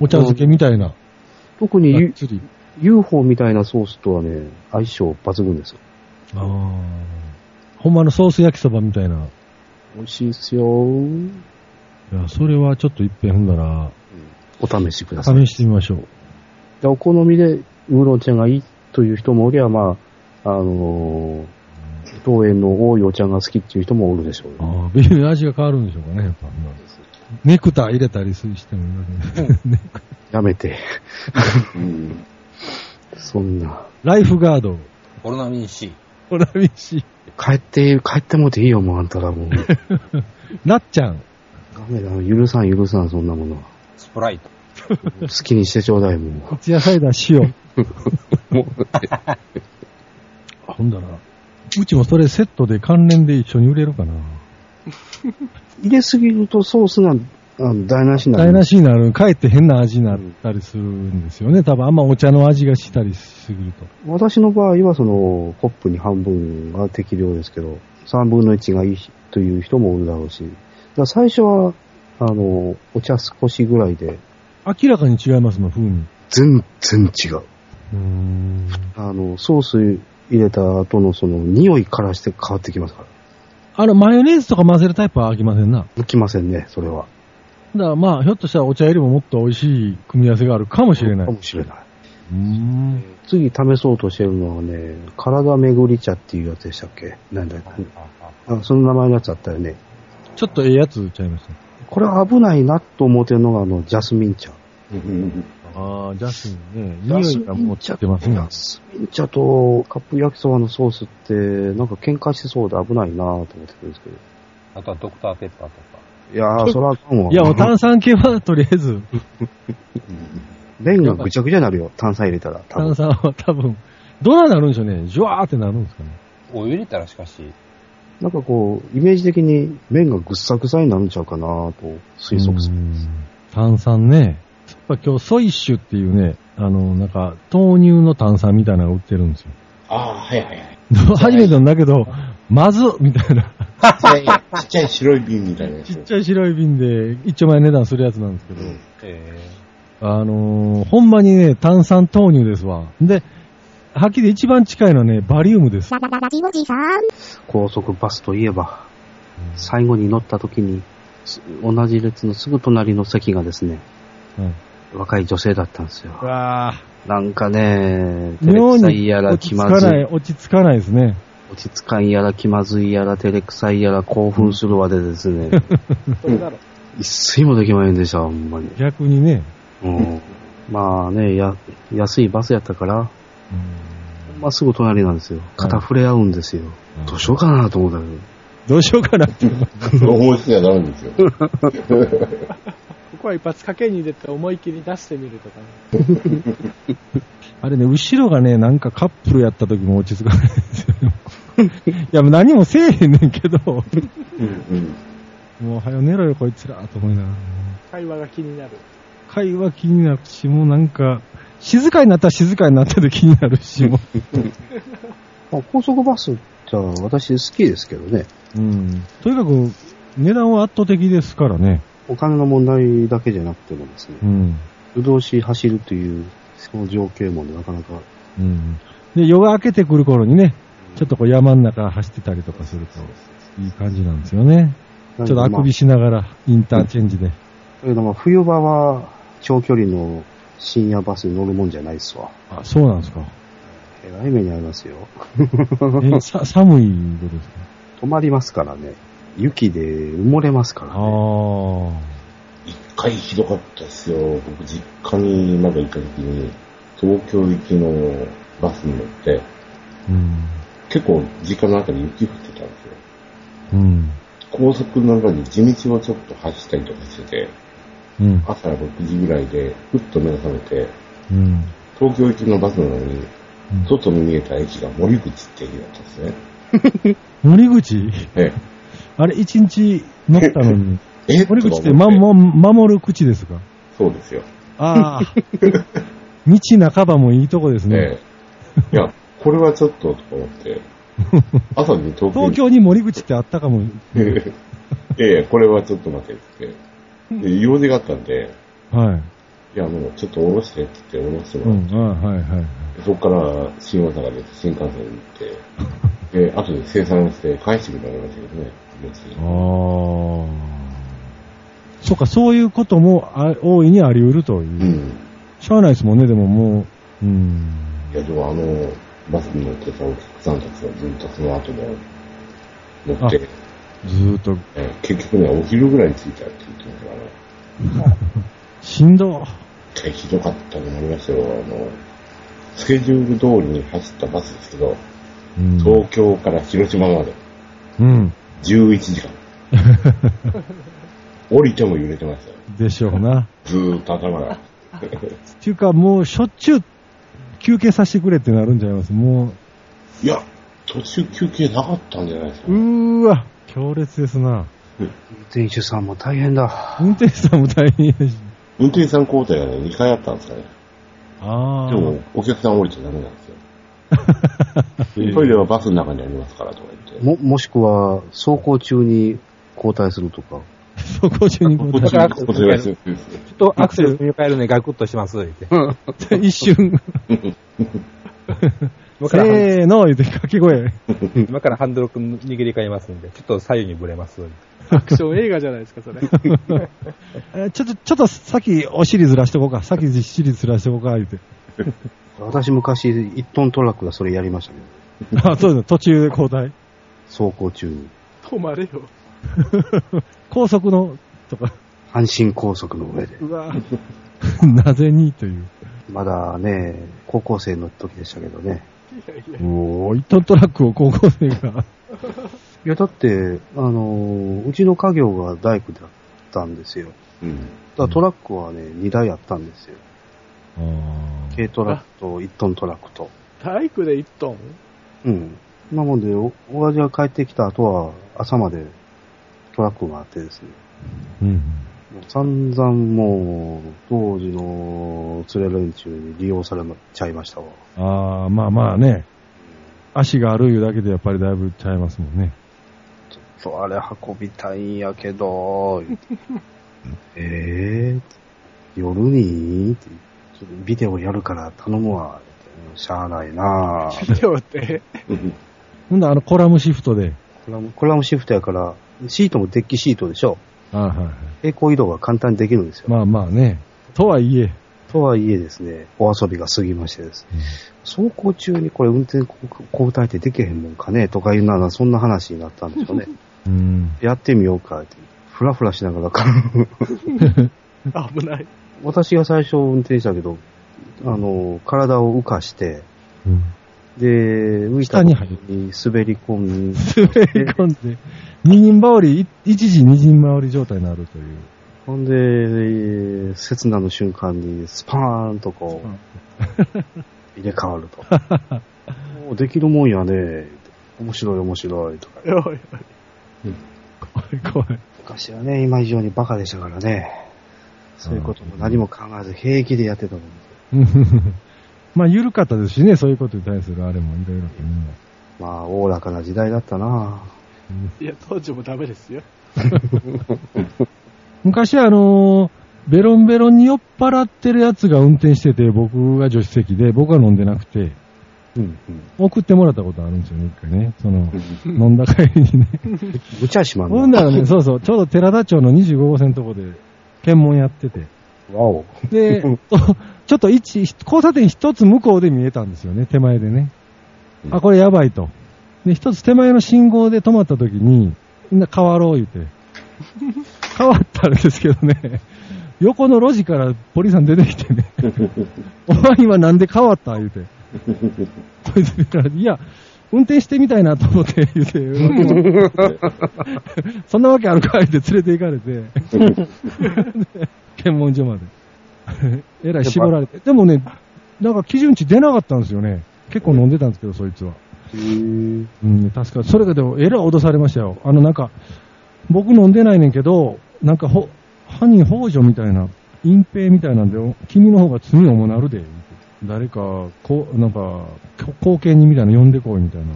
Speaker 2: お茶漬けみたいな。
Speaker 4: 特に
Speaker 2: が
Speaker 4: ゆ
Speaker 2: っつり。
Speaker 4: UFO みたいなソースとはね、相性抜群ですよ。
Speaker 2: ああ。ほんまのソース焼きそばみたいな。
Speaker 4: 美味しいですよ。
Speaker 2: いや、それはちょっと一遍ほんだら、
Speaker 4: お試しください。
Speaker 2: 試してみましょう。
Speaker 4: でお好みでウーロン茶がいいという人もおりゃ、まあ、あのー当園の多いお茶が好きっていう人もおるでしょうよ、
Speaker 2: ああ、ビールの味が変わるんでしょうかね、やっぱ。ネクタイ入れたりしてもいいわけですね。
Speaker 4: やめて。
Speaker 3: うん
Speaker 4: そんな。
Speaker 2: ライフガード、
Speaker 8: オロナミン C。
Speaker 2: オラミシ、
Speaker 4: 帰って、帰ってもうていいよ、もうあんた らもう。
Speaker 2: なっちゃん。
Speaker 4: ダメだ、許さん許さん、そんなものは。
Speaker 8: スプライト。
Speaker 4: 好きにしてちょうだい、もう。
Speaker 2: ツヤサイダー塩。あほんだら、うちもそれセットで関連で一緒に売れるかな。
Speaker 4: 入れすぎるとソースが、あの、台無しにな
Speaker 2: 台
Speaker 4: る。
Speaker 2: 無しになる、かえって変な味になったりするんですよね。多分あんまお茶の味がしたりすると。
Speaker 4: 私の場合は、その、コップに半分が適量ですけど、三分の一がいいという人もおるだろうし、だから最初は、あの、お茶少しぐらいで、
Speaker 2: 明らかに違いますもん、風味。
Speaker 4: 全然違う。
Speaker 2: うーん。
Speaker 4: あの、ソース入れた後のその、匂いからして変わってきますか
Speaker 2: あの、マヨネーズとか混ぜるタイプは飽きませんな。
Speaker 4: ら。きませんね、それは。
Speaker 2: だからまあ、ひょっとしたらお茶よりももっと美味しい組み合わせがあるかもしれない。
Speaker 4: か
Speaker 2: う
Speaker 4: もしれない。
Speaker 2: ーん。
Speaker 4: 次試そうとしてるのはね、体巡り茶っていうやつでしたっけなんだっけあその名前のやつあったよね。
Speaker 2: ちょっとええやつちゃいました。
Speaker 4: これ危ないなと思ってるのが、あの、ジャスミン茶。
Speaker 3: うん
Speaker 2: ああ、ジャスミンね。
Speaker 4: ジャ
Speaker 2: 匂
Speaker 4: スミ
Speaker 2: い
Speaker 4: ン
Speaker 2: がもうちゃってますね。
Speaker 4: ジャスミン茶とカップ焼きそばのソースって、なんか喧嘩しそうで危ないなと思ってるんですけど。
Speaker 8: あとはドクターペッパーとか。
Speaker 4: いやー、それはあかんわ。
Speaker 2: いや、もう炭酸系はとりあえず、
Speaker 4: 麺がぐちゃぐちゃになるよ、炭酸入れたら。多分
Speaker 2: 炭酸は多分、どうなるんでしょうね。ジュワーってなるんですかね。
Speaker 8: お湯入れたらしかし、
Speaker 4: なんかこう、イメージ的に麺がぐっさぐさになるんちゃうかなと推測する。
Speaker 2: うん炭酸ね。やっぱ今日、ソイッシュっていうね、あの、なんか、豆乳の炭酸みたいなのが売ってるんですよ。
Speaker 3: ああ、はいはい はい。
Speaker 2: 初めてなんだけど、まずっみたいな。
Speaker 3: それちっちゃい白い瓶みたいなや
Speaker 2: ちっ
Speaker 3: つ。
Speaker 2: ちゃい白い瓶で、一丁前値段するやつなんですけど、
Speaker 8: え
Speaker 2: あのーほんまにね、炭酸豆乳ですわ。で、はっきり一番近いのはね、バリウムです。
Speaker 1: ララララジオジさん。
Speaker 4: 高速バスといえば、最後に乗った時に、す同じ列のすぐ隣の席がですね、
Speaker 2: うん
Speaker 4: 若い女性だったんですよ。
Speaker 2: わ
Speaker 4: なんかね、照れ
Speaker 2: 妙
Speaker 4: くさい
Speaker 2: に
Speaker 4: やら
Speaker 2: 落
Speaker 4: 気
Speaker 2: ち着か
Speaker 4: まず、
Speaker 2: ないい、落ち着かないですね。
Speaker 4: 落ち着かんやら気まずいやら照れくさいやら興奮するわでです ね、
Speaker 6: それだろ。
Speaker 4: 一睡もできませんでした、ほんまに。
Speaker 2: 逆にね、
Speaker 4: うんまあね、や、安いバスやったから、ほんまあ、すぐ隣なんですよ。肩触れ合うんですよ。
Speaker 3: うん
Speaker 4: どうしようかなと思ったけど。
Speaker 2: どうしようかな って。
Speaker 3: 思いつきはなるん ですよ。
Speaker 6: ここは一発賭けに出て思い切り出してみるとかね。
Speaker 2: あれね、後ろがね、なんかカップルやった時も落ち着かないんですよ。 いや、もう何もせえへんねんけ ど、も
Speaker 3: うんうん。
Speaker 2: うはよ寝ろよ、こいつら、と思いながら。
Speaker 6: 会話が気に なる。
Speaker 2: 会話気になるし、もうなんか、静かになったら静かになったで気になるし、も
Speaker 4: まあ、高速バスじゃ私好きですけどね。
Speaker 2: う。うん。とにかく、値段は圧倒的ですからね。
Speaker 4: お金の問題だけじゃなくてもですね、
Speaker 2: うん。
Speaker 4: 夜通し走るという、その情景もねなかなか、
Speaker 2: うん。で、夜が明けてくる頃にね、ちょっとこう山の中走ってたりとかすると、いい感じなんですよね。ちょっとあくびしながら、インターチェンジで。
Speaker 4: だけどまあ冬場は長距離の深夜バスに乗るもんじゃないっすわ。
Speaker 2: あ、そうなんですか。
Speaker 4: えらい目に遭いますよ。
Speaker 2: え、さ寒いことですか
Speaker 4: 止まりますからね。雪で埋もれますから
Speaker 2: あ
Speaker 4: ね。
Speaker 2: あ。
Speaker 3: 一回ひどかったですよ。僕、実家にまだ行った時に、東京行きのバスに乗って、
Speaker 2: うん。
Speaker 3: 結構実家の中に雪降ってたんですよ。
Speaker 2: うん。
Speaker 3: 高速の中に地道をちょっと走ったりとかしてて、
Speaker 2: うん。
Speaker 3: 朝6時ぐらいで、ふっと目が覚めて、
Speaker 2: うん。
Speaker 3: 東京行きのバスなのに
Speaker 2: うん、
Speaker 3: 外に見えた駅が森口って駅だったんですね。
Speaker 2: 森口
Speaker 3: え
Speaker 2: あれ、一日乗ったのに。
Speaker 3: え。え
Speaker 2: 森口って、
Speaker 3: とか
Speaker 2: ま、
Speaker 3: 思
Speaker 2: ま、守る口ですか
Speaker 3: そうですよ。
Speaker 2: ああ。 道半ばもいいとこですね。
Speaker 3: ええ。いや、これはちょっと、とか 思って、朝に東京
Speaker 2: 東
Speaker 3: に
Speaker 2: 京に森口ってあったかも。
Speaker 3: ええ、これはちょっと待てって言って。で、用事があったんで、
Speaker 2: はい。
Speaker 3: いや、もうちょっと降ろしてって言って降ろして
Speaker 2: う
Speaker 3: もらっ
Speaker 2: ん、あはいはいはい。
Speaker 3: て、そこから新大阪で新幹線に行って、で、後で生産して返してくれましたけどね、別
Speaker 2: あ
Speaker 3: に。
Speaker 2: あ。そうか、そういうこともあ大いにあり得るというう。
Speaker 3: ん。
Speaker 2: しゃあないですもんね、でももう。うん。
Speaker 3: いや、でもあの、バスに乗ってたお客さんたちはずっとその後も乗って、
Speaker 2: ずーっと、
Speaker 3: ええ結局ね、お昼ぐらいに着いたって言ってましたから、
Speaker 2: しんど。
Speaker 3: 一回ひどかったのもありましたよ。あの、スケジュール通りに走ったバスですけど、
Speaker 2: うん。
Speaker 3: 東京から広島まで。
Speaker 2: うん。
Speaker 3: 11 時間。降りても揺れてましたよ。
Speaker 2: でしょうな。
Speaker 3: ずーっと頭が。
Speaker 2: っていうか、もうしょっちゅう休憩させてくれってなるんちゃいますも
Speaker 3: いや、途中休憩なかったんじゃないですか
Speaker 2: う、う。ーわ、強烈ですな。
Speaker 4: 運転手さんも大変だ。
Speaker 2: 運転手さんも大変やし。
Speaker 3: 運転手さん交代がね、2回あったんですかね。
Speaker 2: ああ。
Speaker 3: でも、お客さん降りちゃダメなん ですよ。トイレはバスの中にありますからとか言って。
Speaker 4: も、もしくは、走行中に交代するとか。
Speaker 2: 走行中に
Speaker 3: こ
Speaker 2: こ
Speaker 3: っ
Speaker 2: う
Speaker 3: ちに、
Speaker 2: だか
Speaker 3: こっちにしてるんですよ。
Speaker 7: ちょっとアクセル踏み替えるのにガクッとします、言って。
Speaker 2: ら一瞬、
Speaker 7: 今からハン
Speaker 2: せーの、言うて掛け声。
Speaker 7: 今からハンドル君握り替えますんで、ちょっと左右にぶれます。
Speaker 6: アクション映画じゃないですか、それ。
Speaker 2: えーちょっと、ちょっと、先、お尻ずらしとこうか。先、尻ずらしとこうか、 言うて。
Speaker 4: 私昔、1トントラックがそれやりましたけど、
Speaker 2: あ、そうだ、途中で交代。
Speaker 4: 走行中に。
Speaker 6: 止まれよ。
Speaker 2: 高速の、とか。
Speaker 4: 阪神高速の上で。
Speaker 2: うわなぜにという。
Speaker 4: まだね、高校生の時でしたけどね。
Speaker 2: おー、一トントラックを高校生が。
Speaker 4: いや、だって、あの、うちの家業が大工だったんですよ。
Speaker 3: うん。
Speaker 4: だからトラックはね、2台あったんですよ。
Speaker 2: あー
Speaker 4: 軽トラックと1トントラックと。
Speaker 6: 体育で1ト
Speaker 4: う
Speaker 6: ン
Speaker 4: ん。なもんで、お親父が帰ってきた後は、朝までトラックがあってですね。
Speaker 2: うん。
Speaker 4: もう散々もう、当時の連れ連中に利用されちゃいましたわ。
Speaker 2: あー、まあまあね。足があるいうだけでやっぱりだいぶちゃいますもんね。
Speaker 4: ちょっとあれ運びたいんやけど、言って えー、夜にってちょっとビデオやるから頼むわ。言ってしゃあないな ぁ。
Speaker 6: ビデオって、
Speaker 2: ほんで、あの、コラムシフトで。
Speaker 4: コラム、コラムシフトやから、シートもデッキシートでしょ。
Speaker 2: あーはいはい。
Speaker 4: 平行移動が簡単にできるんですよ。
Speaker 2: まあまあね。とはいえ、
Speaker 4: とはいえですね、お遊びが過ぎましてですね、走行中にこれ運転交代ってできへんもんかねとかいうなら、そんな話になったん ですよね。
Speaker 2: うん。
Speaker 4: やってみようかって。ふらふらしながら、
Speaker 6: 危ない。
Speaker 4: 私が最初運転したけど、あの、体を浮かして、
Speaker 2: うん。
Speaker 4: で、浮いた
Speaker 2: 下に入る
Speaker 4: に滑り込み、
Speaker 2: 滑り込んで、二人羽織、い一時二人羽織状態になるという。
Speaker 4: ほんでえー、刹那の瞬間にスパーンとこう、入れ替わる と。おーできるもんやね。面白い面白いとか。
Speaker 6: おい
Speaker 2: 怖い怖い。
Speaker 4: 昔はね、今以上にバカでしたからね。そういうことも何も考えず平気でやってたもんで。
Speaker 2: うんまあ、緩かったですしね、そういうことに対するあれもいろいろとね。
Speaker 4: まあ、おおらかな時代だったな
Speaker 2: うん
Speaker 6: いや、当時もダメですよ。
Speaker 2: 昔あのーベロンベロンに酔っ払ってるやつが運転してて、僕が助手席で、僕は飲んでなくて、
Speaker 4: うんうん。
Speaker 2: 送ってもらったことあるんですよね、一回ね。その、飲んだ帰りにね。
Speaker 4: 無茶しまん
Speaker 2: ほ
Speaker 4: なん
Speaker 2: ならね、そうそう、ちょうど寺田町の25号線のとこで、検問やってて。
Speaker 4: わお。
Speaker 2: で、とちょっと一、交差点一つ向こうで見えたんですよね、手前でね。あ、これやばいと。で、一つ手前の信号で止まった時に、みんな変わろう言う て。変わったんですけどね、横の路地からポリさん出てきてね、お前今なんで変わった言うて。こいつ見たら、いや、運転してみたいなと思って言うて、 そんなわけあるかいって連れて行かれて、 検問所まで。 えらい絞られて。でもね、なんか基準値出なかったんですよね。結構飲んでたんですけど、そいつは。うん、確か。それがでも、えらい脅されましたよ。あの、なんか、僕飲んでないねんけど、なんかほ、犯人幇助みたいな、隠蔽みたいなんで、君の方が罪をもなるで。誰か、こう、なんか、後見人みたいなの呼んでこいみたいな。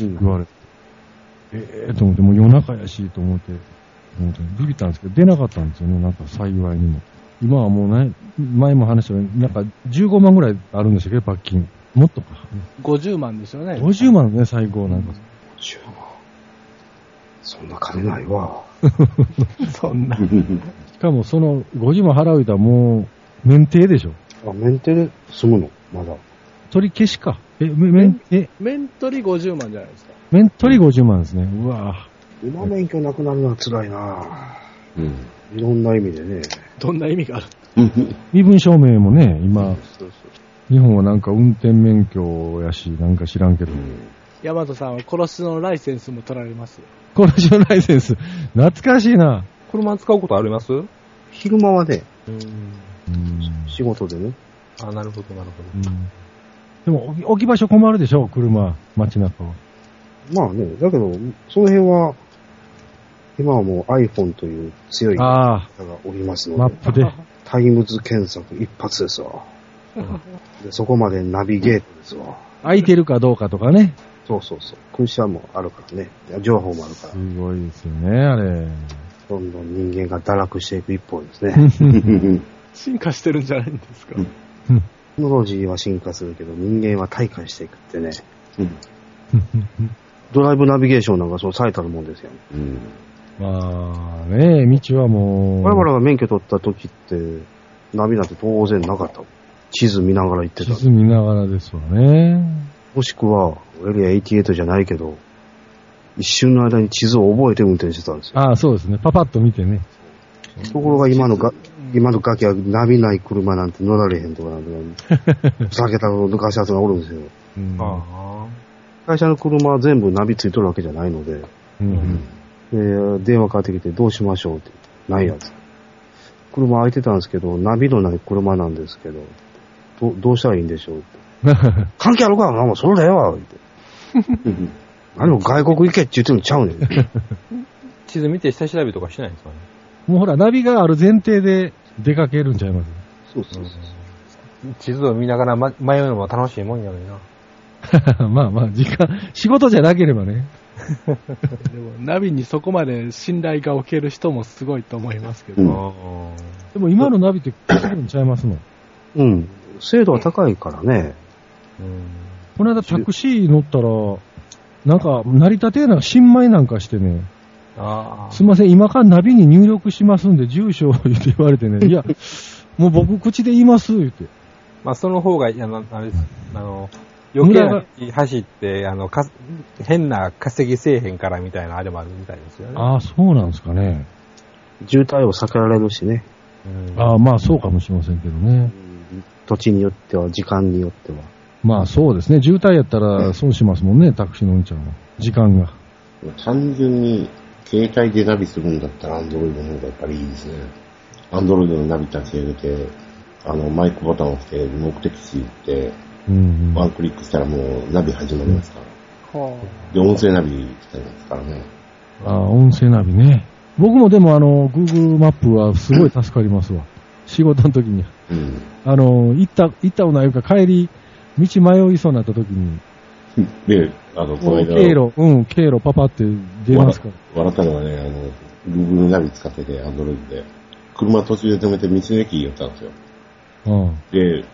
Speaker 4: うん
Speaker 2: 言われて、ええと思って、もう夜中やし、と思って、思ってビビったんですけど、出なかったんですよね、なんか幸いにも。今はもうね、前も話したように、なんか15万ぐらいあるんでしたっけ、罰金。もっとか。
Speaker 6: 50万ですよね。
Speaker 2: 50万ね、最高なんか。
Speaker 4: 10万そんな金ないわ。
Speaker 6: そんな。
Speaker 2: しかもその50万払うたらもう、免停でしょ。
Speaker 4: あ、メンテで済むのまだ。
Speaker 2: 取り消しか。え、め、めん、え、
Speaker 6: 面取り50万じゃないですか。
Speaker 2: 免取り50万ですね。うわぁ。
Speaker 4: 馬免許なくなるのは辛いな
Speaker 3: うん
Speaker 4: いろんな意味でね。
Speaker 6: どんな意味がある
Speaker 2: 身分証明もね、今、日本はなんか運転免許やし、なんか知らんけど、
Speaker 6: ヤマトさんは殺しのライセンスも取られますよ。
Speaker 2: この人のライセンス、懐かしいな。
Speaker 7: 車使うことあります
Speaker 4: 昼間はね、
Speaker 2: うん
Speaker 4: 仕事でね。
Speaker 7: あ、なるほど、なるほど。
Speaker 2: でも置き置き場所困るでしょ、車、街中は。
Speaker 4: まあね、だけど、その辺は、今はもう iPhone という強い方
Speaker 2: ああ、
Speaker 4: がおります
Speaker 2: マ
Speaker 4: ので
Speaker 2: ッ、プで。
Speaker 4: タイムズ検索一発ですわ。でそこまでナビゲートですわ。
Speaker 2: 空いてるかどうかとかね。
Speaker 4: そうそうそう。空車もあるからね。情報もあるから。
Speaker 2: すごいですよね、あれ。
Speaker 4: どんどん人間が堕落していく一方ですね。
Speaker 6: 進化してるんじゃない んですか。
Speaker 4: テクノロジーは進化するけど、人間は退化していくってね。ドライブナビゲーションなんかそう最たるもんですよ、ね。
Speaker 2: まあね、道はもう。
Speaker 4: 我々が免許取った時って、ナビなんて当然なかったもん。地図見ながら行ってた
Speaker 2: 地。図見ながらですわね。
Speaker 4: もしくは、エリア88じゃないけど、一瞬の間に地図を覚えて運転してたんですよ。
Speaker 2: ああ、そうですね。パパッと見てね。
Speaker 4: ところが今のが、今のガキはナビない車なんて乗られへんとかなんてなに、ふざけた抜かしやつがおるんですよ。
Speaker 2: うん
Speaker 7: あ
Speaker 4: 会社の車は全部ナビついとるわけじゃないので、
Speaker 2: うん
Speaker 4: で、電話かかってきて、どうしましょうって。ないやつ。車空いてたんですけど、ナビのない車なんですけど、どどうしたらいいんでしょうって。関係あるかなもうそれだよって。何も外国行けって言ってんのちゃうねん。
Speaker 7: ー地図見て下調べとかしないんですかね。
Speaker 2: もうほら、ナビがある前提で出かけるんちゃいます
Speaker 4: そうそうそう。
Speaker 7: 地図を見ながら、ま、迷うのも楽しいもんやのにな。
Speaker 2: まあまあ、時間、仕事じゃなければね。
Speaker 6: でも、ナビにそこまで信頼が置ける人もすごいと思いますけど。
Speaker 3: うん
Speaker 7: あ
Speaker 2: でも今のナビって、こうるんちゃいますの
Speaker 4: うん。精度は高いからね。
Speaker 7: ーうん。
Speaker 2: この間タクシー乗ったら、なんか、成り立てなんか新米なんかしてね、
Speaker 7: ああ。
Speaker 2: すいません、今からナビに入力しますんで、住所を言って言われてね、いや、 もう僕口で言います、言って。
Speaker 7: まあ、その方が、いや、なあれです。あの、
Speaker 2: 無
Speaker 7: 余計
Speaker 2: 駄が
Speaker 7: な道走って、あの、か、変な稼ぎせえへんからみたいなあれもあるみたいですよね。
Speaker 2: ああ、そうなんですかね。
Speaker 4: 渋滞を避けられるしね。
Speaker 8: うん
Speaker 2: ああ、まあそうかもしれませんけどね。
Speaker 4: 土地によっては、時間によっては。
Speaker 2: まあそうですね。渋滞やったら損しますもんね、タクシーのうんちゃんは。時間が。
Speaker 3: 単純に携帯でナビするんだったら Android の方がやっぱりいいですね。Android のナビ立ち上げて、あの、マイクボタンを押して目的地行って、
Speaker 2: うん、う
Speaker 3: ワン
Speaker 2: ん。
Speaker 3: クリックしたらもうナビ始まりますから。
Speaker 6: は
Speaker 3: で、音声ナビしたいですからね。
Speaker 2: ああ、音声ナビね。僕もでもあの、Google マップはすごい助かり ますわ。仕事の時に。
Speaker 3: うん。
Speaker 2: あの、行った、行ったおないうか帰り、道迷いそうになった時に、
Speaker 3: で、あの、この
Speaker 2: 経
Speaker 3: 間、
Speaker 2: 路、うん、経路パパって出ますから。
Speaker 3: 笑ったのがね、あの、Google ナビ使ってて、Android で。車途中で止めて道の駅寄ったんですよ。
Speaker 2: うん。
Speaker 3: で、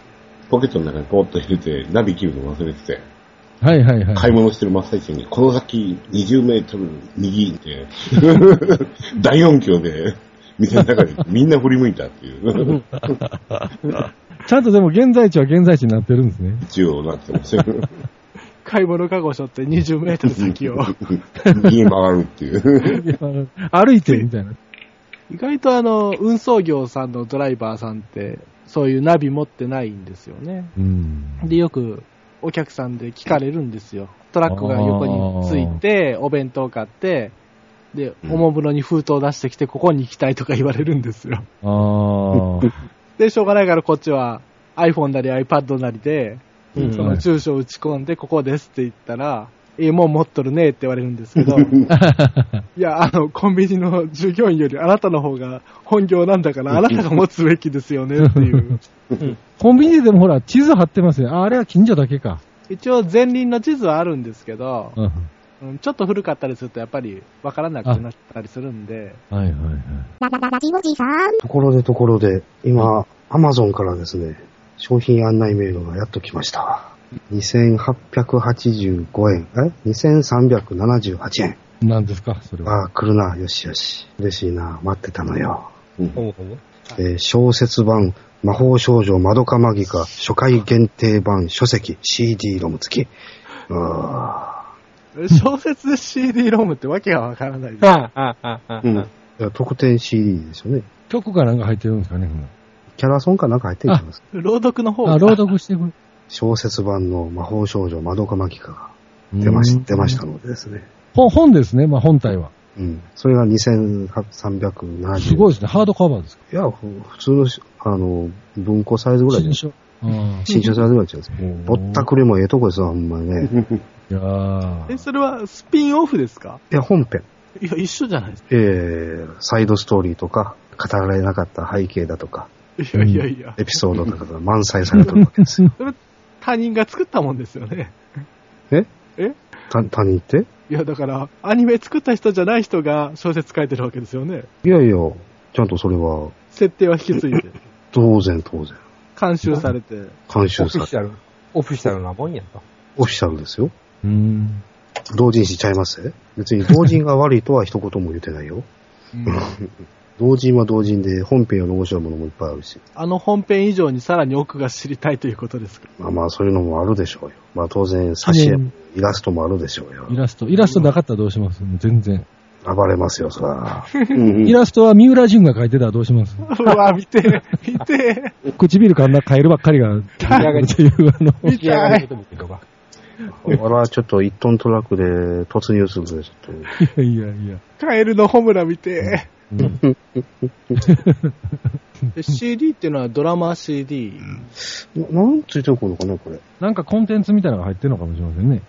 Speaker 3: ポケットの中にポーッと入れて、ナビ切るの忘れてて、
Speaker 2: はいはいはい。
Speaker 3: 買い物してる真っ最中に、この先20メートル右って、大音響で、店の中でみんな振り向いたっていう、
Speaker 2: ちゃんとでも現在地は現在地になってるんです ね。
Speaker 3: 一応なってましたよ。
Speaker 6: あ買い物かごしょって20メートル先を。
Speaker 3: 右へ回るっていう。
Speaker 2: 歩いてみたいな。
Speaker 6: 意外とあの、運送業さんのドライバーさんって、そういうナビ持ってないんですよね。
Speaker 2: うん。
Speaker 6: で、よくお客さんで聞かれるんですよ。トラックが横について、お弁当買って、で、
Speaker 3: うん
Speaker 6: おもむろに封筒出してきて、ここに行きたいとか言われるんですよ。
Speaker 2: ああ。
Speaker 6: で、しょうがないからこっちは iPhone なり iPad なりで、
Speaker 7: うん
Speaker 6: その住所を打ち込んで、ここですって言ったら、ええもん持っとるねって言われるんです けど、いや、あの、コンビニの従業員よりあなたの方が本業なんだから、あなたが持つべきですよねっていう。
Speaker 2: コンビニででもほら、地図貼ってますね。あ、あれは近所だけか。
Speaker 6: 一応前輪の地図はあるんですけど、
Speaker 2: うん。
Speaker 6: うんちょっと古かったりするとやっぱりわからなくなったりするんで、
Speaker 2: はいはいはい。
Speaker 1: ララララジオジさん。
Speaker 4: ところでところで、今、アマゾンからですね、商品案内メールがやっと来ました。2885円、え ?2378 円。
Speaker 2: なんですか、それは。
Speaker 4: ああ、来るな、よしよし。嬉しいな、待ってたのよ。
Speaker 3: うん
Speaker 7: 思うね。
Speaker 4: えー小説版、魔法少女まどかマギカ、初回限定版、書籍、CD ロム付き。うー
Speaker 6: 小説で CD ロムってわけがわか らないです。
Speaker 7: ああ、ああ、あ
Speaker 3: うん
Speaker 4: いや特典 CD ですよね。
Speaker 2: 曲かなんか入ってるんですかね、ほな
Speaker 4: キャラソンかなんか入ってるんじゃないですか。
Speaker 6: 朗読の方
Speaker 2: あ、
Speaker 6: が
Speaker 2: 朗読してく
Speaker 4: 小説版の魔法少女まどかマギカが
Speaker 2: れ
Speaker 4: 出まし出ました。のでですね。
Speaker 2: 本本ですね、まあ本体は。
Speaker 4: うん。それが2370。
Speaker 2: すごいですね、ハードカバーですか。
Speaker 4: いや、ふ普通のし、あの、文庫サイズぐらい
Speaker 2: 新
Speaker 4: じゃ
Speaker 2: 書。うん
Speaker 4: ん。新書サイズぐらいじゃないですか。
Speaker 2: うん
Speaker 4: ぼったくれもええとこですわ、ほんまにね。
Speaker 2: いやー
Speaker 6: え、それはスピンオフですか
Speaker 4: いや、本編。
Speaker 6: いや、一緒じゃないです
Speaker 4: えー、サイドストーリーとか、語られなかった背景だとか、
Speaker 6: か。いやいやいや、
Speaker 4: エピソードとかが満載されてるわけですよ。
Speaker 6: 他人が作ったもんですよね。
Speaker 4: え
Speaker 6: え
Speaker 4: た、他人って
Speaker 6: いや、だから、アニメ作った人じゃない人が小説書いてるわけですよね。
Speaker 4: いやいや、ちゃんとそれは、
Speaker 6: 設定は引き継い で、
Speaker 4: 当然当然、
Speaker 6: 監修されて。
Speaker 4: 監
Speaker 8: オ
Speaker 4: 修
Speaker 8: フ
Speaker 4: さ
Speaker 8: ィ
Speaker 4: れ
Speaker 8: シャル、オフィシャルなもんやと。
Speaker 4: オフィシャルですよ。
Speaker 2: うん。
Speaker 4: 同人誌ちゃいますね別に同人が悪いとは一言も言ってないよ。 同人は同人で本編より面白いものもいっぱいあるし。
Speaker 6: あの本編以上にさらに奥が知りたいということですか。
Speaker 4: まあまあそういうのもあるでしょうよ。まあ当然、挿絵、
Speaker 2: うん
Speaker 4: イラストもあるでしょうよ
Speaker 2: イ。ラスト。イラストなかったらどうします全然。
Speaker 4: 暴れますよ、そら。
Speaker 3: うん
Speaker 2: イラストは三浦淳が描いてたらどうします
Speaker 6: うわ、見て、見て、
Speaker 2: 唇かんな変えるばっかり が、っていう、あの、
Speaker 6: 見たい。
Speaker 8: とか。
Speaker 4: 俺はちょっと一トントラックで突入するで、ちょっと。
Speaker 2: いやいやいや。
Speaker 6: カエルのホムラ見て。
Speaker 2: うん、
Speaker 6: CD っていうのはドラマ CD。
Speaker 4: ななんついてくるのかな、これ。
Speaker 2: なんかコンテンツみたいなのが入ってるのかもしれませんね。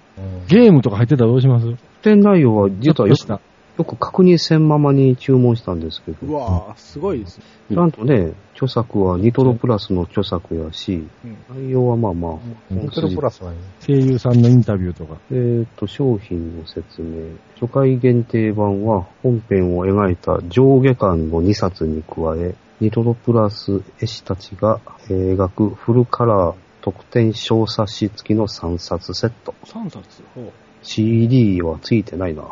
Speaker 2: ゲームとか入ってたらどうします
Speaker 4: 点内容は実はよ
Speaker 2: した。
Speaker 4: よく確認せんままに注文したんですけ
Speaker 6: う
Speaker 4: ど、
Speaker 6: わぁ、すごいですね。
Speaker 4: なんとね、著作はニトロプラスの著作やし、内容はまあまあ、
Speaker 8: 本当にプラスはね。
Speaker 2: 声優さんのインタビューとか。
Speaker 4: えっ、と、商品の説明。初回限定版は本編を描いた上下巻の2冊に加え、ニトロプラス絵師たちが描くフルカラー特典小冊子付きの3冊セット。
Speaker 6: 3冊。ほう
Speaker 4: CD は付いてないな。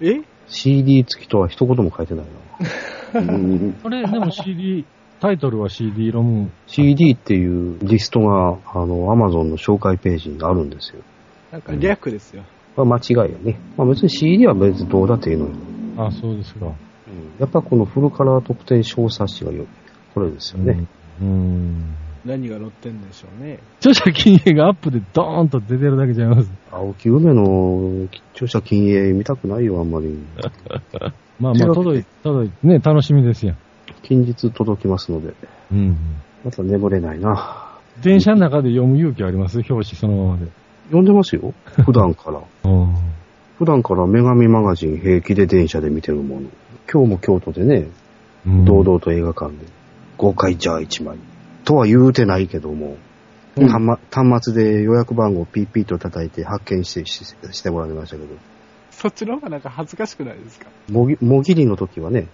Speaker 6: え
Speaker 4: CD 付きとは一言も書いてないな。
Speaker 3: うん
Speaker 2: あれ、でも CD、タイトルは CD ロム。
Speaker 4: CD っていうリストが、あの、Amazon の紹介ページにあるんですよ。
Speaker 6: なんか略ですよ。
Speaker 4: これは間違いよね。まあ別に CD は別にどうだっていいのよ。
Speaker 2: あ、そうですか。
Speaker 4: やっぱこのフルカラー特典小冊子がよこれですよね。
Speaker 2: うん。
Speaker 6: 何が乗ってんでしょうね。
Speaker 2: 著者禁煙がアップでドーンと出てるだけちゃいます。
Speaker 4: 青木梅の著者禁煙見たくないよ、あんまり。
Speaker 2: まあまあ、届い、届いてね、楽しみですよ。
Speaker 4: 近日届きますので、
Speaker 2: うん。
Speaker 4: また眠れないな。
Speaker 2: 電車の中で読む勇気あります表紙そのままで。
Speaker 4: 読んでます よ。普段から。
Speaker 2: うん。
Speaker 4: 普段から女神マガジン平気で電車で見てるもの。今日も京都でね、
Speaker 2: うん
Speaker 4: 堂々と映画館で、豪快じゃあ1枚。とは言うてないけども、端末端末で予約番号ピッピッと叩いて発見してししてもらいましたけど、
Speaker 6: そっちの方がなんか恥ずかしくないですか
Speaker 4: もぎ、もぎりの時はね、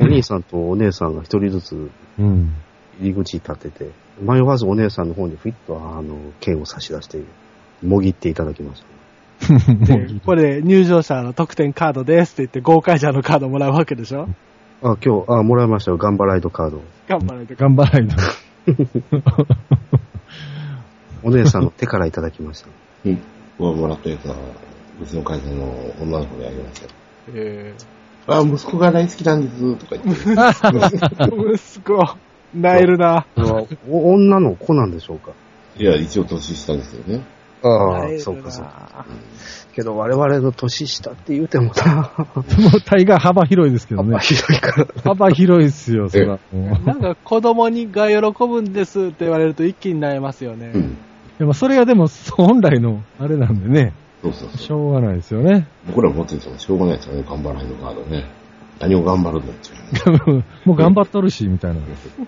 Speaker 4: お兄さんとお姉さんが一人ずつ
Speaker 2: うん。
Speaker 4: 入り口に立ってて、迷わずお姉さんの方にふいっと、あの、剣を差し出して、もぎっていただきました。
Speaker 6: でこれ入場者の特典カードですって言って、豪快者のカードもらうわけでしょ
Speaker 4: あ、今日、あ、もらいましたよ。ガンバライドカード。
Speaker 6: 頑張らないと。
Speaker 2: 頑張らないと。
Speaker 4: お姉さんの手からいただき ました。
Speaker 3: うん。僕はもらったやつは、うちの会社の女の子にあげましたよ。
Speaker 6: え
Speaker 3: あ、息子が大好きなんです、とか言って。
Speaker 6: ー、息子、なえるな。
Speaker 4: これはお女の子なんでしょうか
Speaker 3: いや、一応年下ですよね。
Speaker 4: あ
Speaker 6: なえるな
Speaker 4: そうかそうか。けど我々の年下って言うてもな、
Speaker 2: もう大概幅広いですけどね。
Speaker 4: ひどいから。
Speaker 2: 幅広いっすよ、そら。うん
Speaker 6: なんか子供にが喜ぶんですって言われると一気になえますよね。
Speaker 3: うん。
Speaker 2: でもそれがでも本来のあれなんでね、
Speaker 3: そうそうそう。
Speaker 2: しょうがないですよね。
Speaker 3: 僕ら持っててもしょうがないですよね、頑張らないのカードね。何を頑張るんだっていうね。
Speaker 2: もう頑張っとるし、みたいな。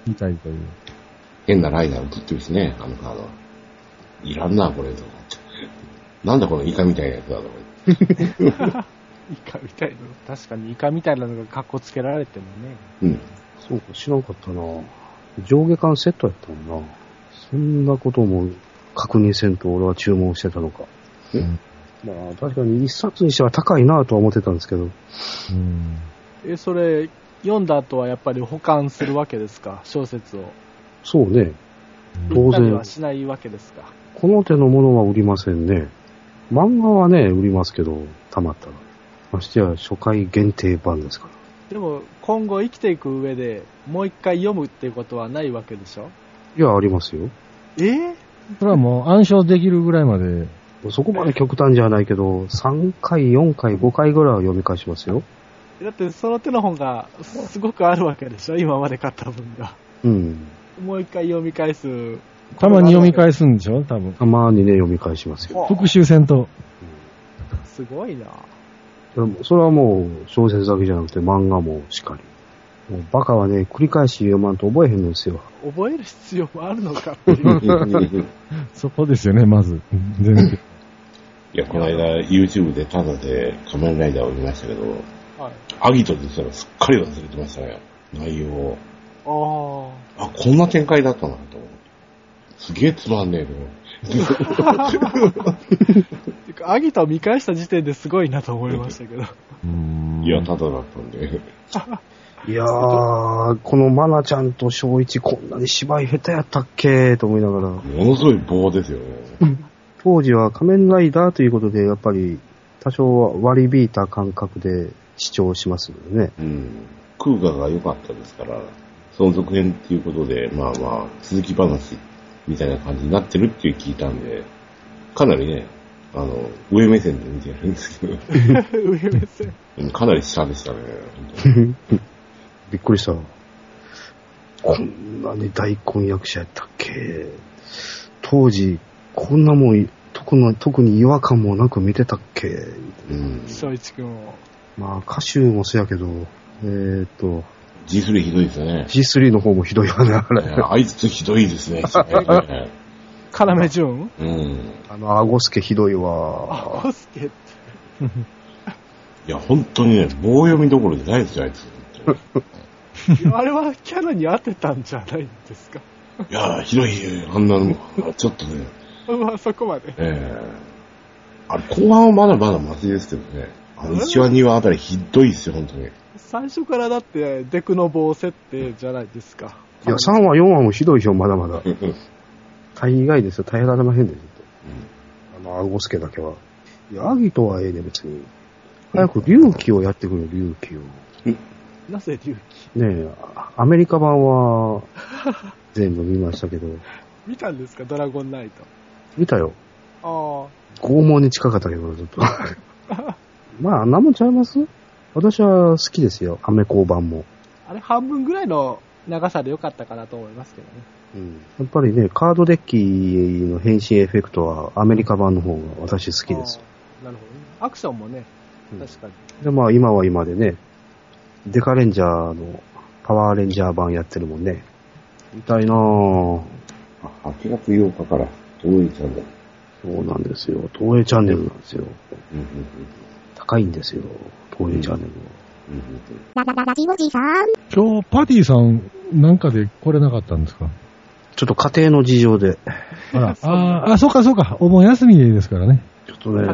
Speaker 2: みたいという。
Speaker 3: 変なライダー映ってるしね、あのカード。いらんな、これ、とか思って。なんだこのイカみたいなやつだ、とか
Speaker 6: イカみたいな。確かにイカみたいなのが格好つけられてもね。
Speaker 3: 言って。
Speaker 4: そうか、知らんかったな。上下巻セットやったもんな。そんなことも確認せんと俺は注文してたのか。
Speaker 3: え
Speaker 4: まあ確かに一冊にしては高いなとは思ってたんですけど、
Speaker 2: うん。
Speaker 6: え、それ、読んだ後はやっぱり保管するわけですか小説を。
Speaker 4: そうね。当
Speaker 6: 売ったり
Speaker 4: 然
Speaker 6: は、しないわけですか。
Speaker 4: この手のものは売りませんね。漫画はね、売りますけど、たまったら。ましてや初回限定版ですから。
Speaker 6: でも、今後生きていく上で、もう一回読むっていうことはないわけでしょ
Speaker 4: いや、ありますよ。
Speaker 6: えー
Speaker 2: それはもう暗唱できるぐらいまで、
Speaker 4: そこまで極端じゃないけど、3回、4回、5回ぐらいは読み返しますよ。
Speaker 6: だってその手の本がすごくあるわけでしょ今まで買った分が。
Speaker 4: うん。
Speaker 6: もう一回読み返す。
Speaker 2: たまに読み返すんでしょ多分。
Speaker 4: たまにね、読み返しますよ。
Speaker 2: 復習戦と。
Speaker 6: すごいな。
Speaker 4: それはもうそれはもう小説だけじゃなくて漫画もしっかり。もうバカはね、繰り返し読まんと覚えへんのですよ。
Speaker 6: 覚える必要もあるのかっていう。
Speaker 3: うん。
Speaker 2: そこですよね、まず。全然。
Speaker 3: いや、この間、YouTube でタダで仮面ライダーを見ましたけど、
Speaker 6: はい、
Speaker 3: アギトでしたらすっかり忘れてましたね。内容を。
Speaker 6: ああ。
Speaker 3: あ、こんな展開だったな、と思って。すげえつまんねえけど。
Speaker 6: てかアギタを見返した時点ですごいなと思いましたけど。
Speaker 3: いや、タダだったんで。
Speaker 4: いやー、このマナちゃんと小一こんなに芝居下手やったっけと思いながら。
Speaker 3: ものすごい棒ですよね。
Speaker 4: 当時は仮面ライダーということで、やっぱり多少は割り引いた感覚で視聴しますよね。
Speaker 3: うん。空ガが良かったですから、その続編っていうことで、まあまあ、続き話みたいな感じになってるっていう聞いたんで、かなりね、あの、上目線で見てるんですけど、
Speaker 6: 上目線。
Speaker 3: うん かなり下でしたね。
Speaker 4: びっくりした。こんなに大根役者やったっけ当時、こんなもん、特の特に違和感もなく見てたっけ
Speaker 3: 本当にうん。
Speaker 6: 翔一くんを。
Speaker 4: まあ、歌手もそうやけど、えーっと、
Speaker 3: G3 ひどいですよ ね。
Speaker 4: G3 の方もひどいわね、あ
Speaker 3: い
Speaker 4: れ。
Speaker 3: やあいつひどいですね。 ひどいね
Speaker 6: 要潤
Speaker 3: うん。
Speaker 4: あの、顎助ひどい
Speaker 6: あ、
Speaker 4: わ。
Speaker 6: コスケって。
Speaker 3: いや、本当にね、棒読みどころじゃないですよ、あいつ。
Speaker 6: あれはキャラに合ってたんじゃないんですか。
Speaker 3: いや、ひどい、あんなの、ちょっとね、
Speaker 6: まあそこまで。
Speaker 3: ええあれ、後半はまだまだマシですけどね。あの、1話2話あたりひどいっすよ、本当に。
Speaker 6: 最初からだってデクの棒設定じゃないですか。
Speaker 4: いや、3話、4話もひどいよ、まだまだ。大概ですよ、大変ならまへんですよ。あの、顎助だけは。いや、アギトはええね、別に。早く、隆起をやってくれ、隆起を。
Speaker 6: なぜ隆起
Speaker 4: ねえ、アメリカ版は全部見ましたけど、
Speaker 6: 見たんですかドラゴンナイ
Speaker 4: 見たよ。
Speaker 6: ト。あ
Speaker 4: 拷問に近かったけどな、ちょっと。まあ、あんなもんちゃいます私は好きですよ、アメコ版も。
Speaker 6: あ。あれ半分ぐらいの長さでよかったかなと思いますけどね。
Speaker 4: うん、やっぱりね、カードデッキの変身エフェクトはアメリカ版の方が私好きです。
Speaker 6: あー。なるほどね。アクションもね、
Speaker 4: うん
Speaker 6: 確かに。
Speaker 4: で、まあ今は今でね、デカレンジャーのパワーレンジャー版やってるもんね。見たいなぁ。
Speaker 3: あ8月8日から、届いちゃうんだ。
Speaker 4: そうなんですよ。東映チャンネルなんですよ。
Speaker 3: うんうん
Speaker 4: 高いんですよ。東映チャンネルは。
Speaker 3: うんうんうん
Speaker 1: ララララジオジさん。
Speaker 2: 今日、パティさん、なんかで来れなかったんですか
Speaker 4: ちょっと家庭の事情で、
Speaker 2: あら、あー あ、そうかそうか、お盆休みですからね。
Speaker 4: ちょっとね、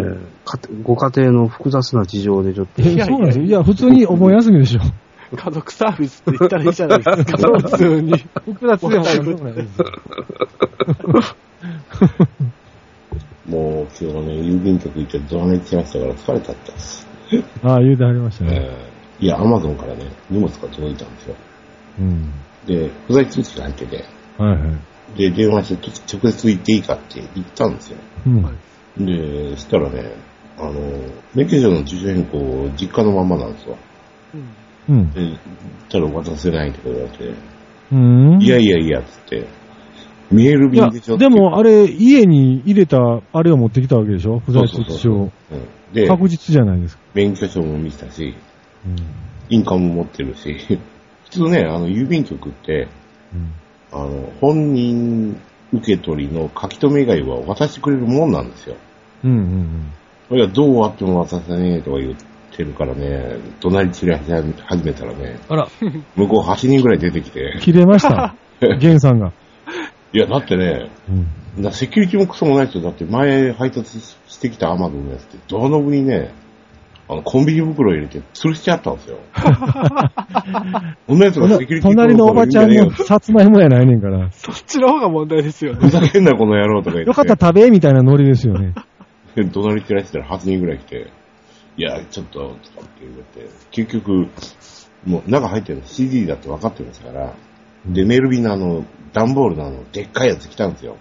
Speaker 4: かご家庭の複雑な事情でちょっと、
Speaker 2: え、そうなんですよ。いや、普通にお盆休みでしょ。
Speaker 6: 家族サービスって言ったらいいじゃないですか。普通に。
Speaker 2: 僕ら強い話でもないです。
Speaker 3: もう今日はね、郵便局行ってドラネ行ってましたから疲れちゃったです。
Speaker 2: ああ、言うてはりましたね。
Speaker 3: えーいや、アマゾンからね、荷物が届いたんですよ。
Speaker 2: うん。
Speaker 3: で、不在通知が入ってて、
Speaker 2: はいはい。
Speaker 3: で、電話してちょ直接行っていいかって言ったんですよ。
Speaker 2: うん。
Speaker 3: で、そしたらね、あの、免許証の住所変更、実家のままなんですよ。
Speaker 6: うん。
Speaker 2: うん。
Speaker 3: で、たら渡せないってこと言われて、
Speaker 2: うん。
Speaker 3: いやいやいや、つって、見える
Speaker 2: いや、
Speaker 3: 便でしょっ
Speaker 2: で
Speaker 3: て
Speaker 2: もあれ、家に入れた、あれを持ってきたわけでしょ不在通知
Speaker 3: そう
Speaker 2: 証。
Speaker 3: うんで、
Speaker 2: 確実じゃないですか。
Speaker 3: 免許証も見せたし、
Speaker 2: うん。
Speaker 3: 印鑑も持ってるし、 普通ね、あの、郵便局って、
Speaker 2: うん
Speaker 3: あの、本人受け取りの書き留め以外は渡してくれるもんなんですよ。
Speaker 2: うんうん
Speaker 3: それがどうあっても渡せねえとか言ってるからね、隣散らし始めたらね、
Speaker 2: あら、
Speaker 3: 向こう8人ぐらい出てきて、
Speaker 2: 切れま した。ゲンさんが。
Speaker 3: いや、だってね、
Speaker 2: うん。
Speaker 3: なセキュリティもクソもないですよ。だって前配達してきたアマゾンのやつって、ドアノブにね、あの、コンビニ袋入れて吊るしてあったんですよ。こんなやつがセキュリティ
Speaker 2: 隣のおばちゃん
Speaker 3: も
Speaker 2: もさつまいもやないね んから。
Speaker 6: そっちの方が問題ですよね。
Speaker 3: ふざけんな、この野郎とか言って。
Speaker 2: よかった、食べみたいなノリですよね。
Speaker 3: で、怒鳴り散らしてたら8人ぐらい来て、いや、ちょっと、とかって言われて、結局、もう中入ってるの CD だって分かってますから、で、メール便のあの、段ボールのあの、でっかいやつ来たんですよ。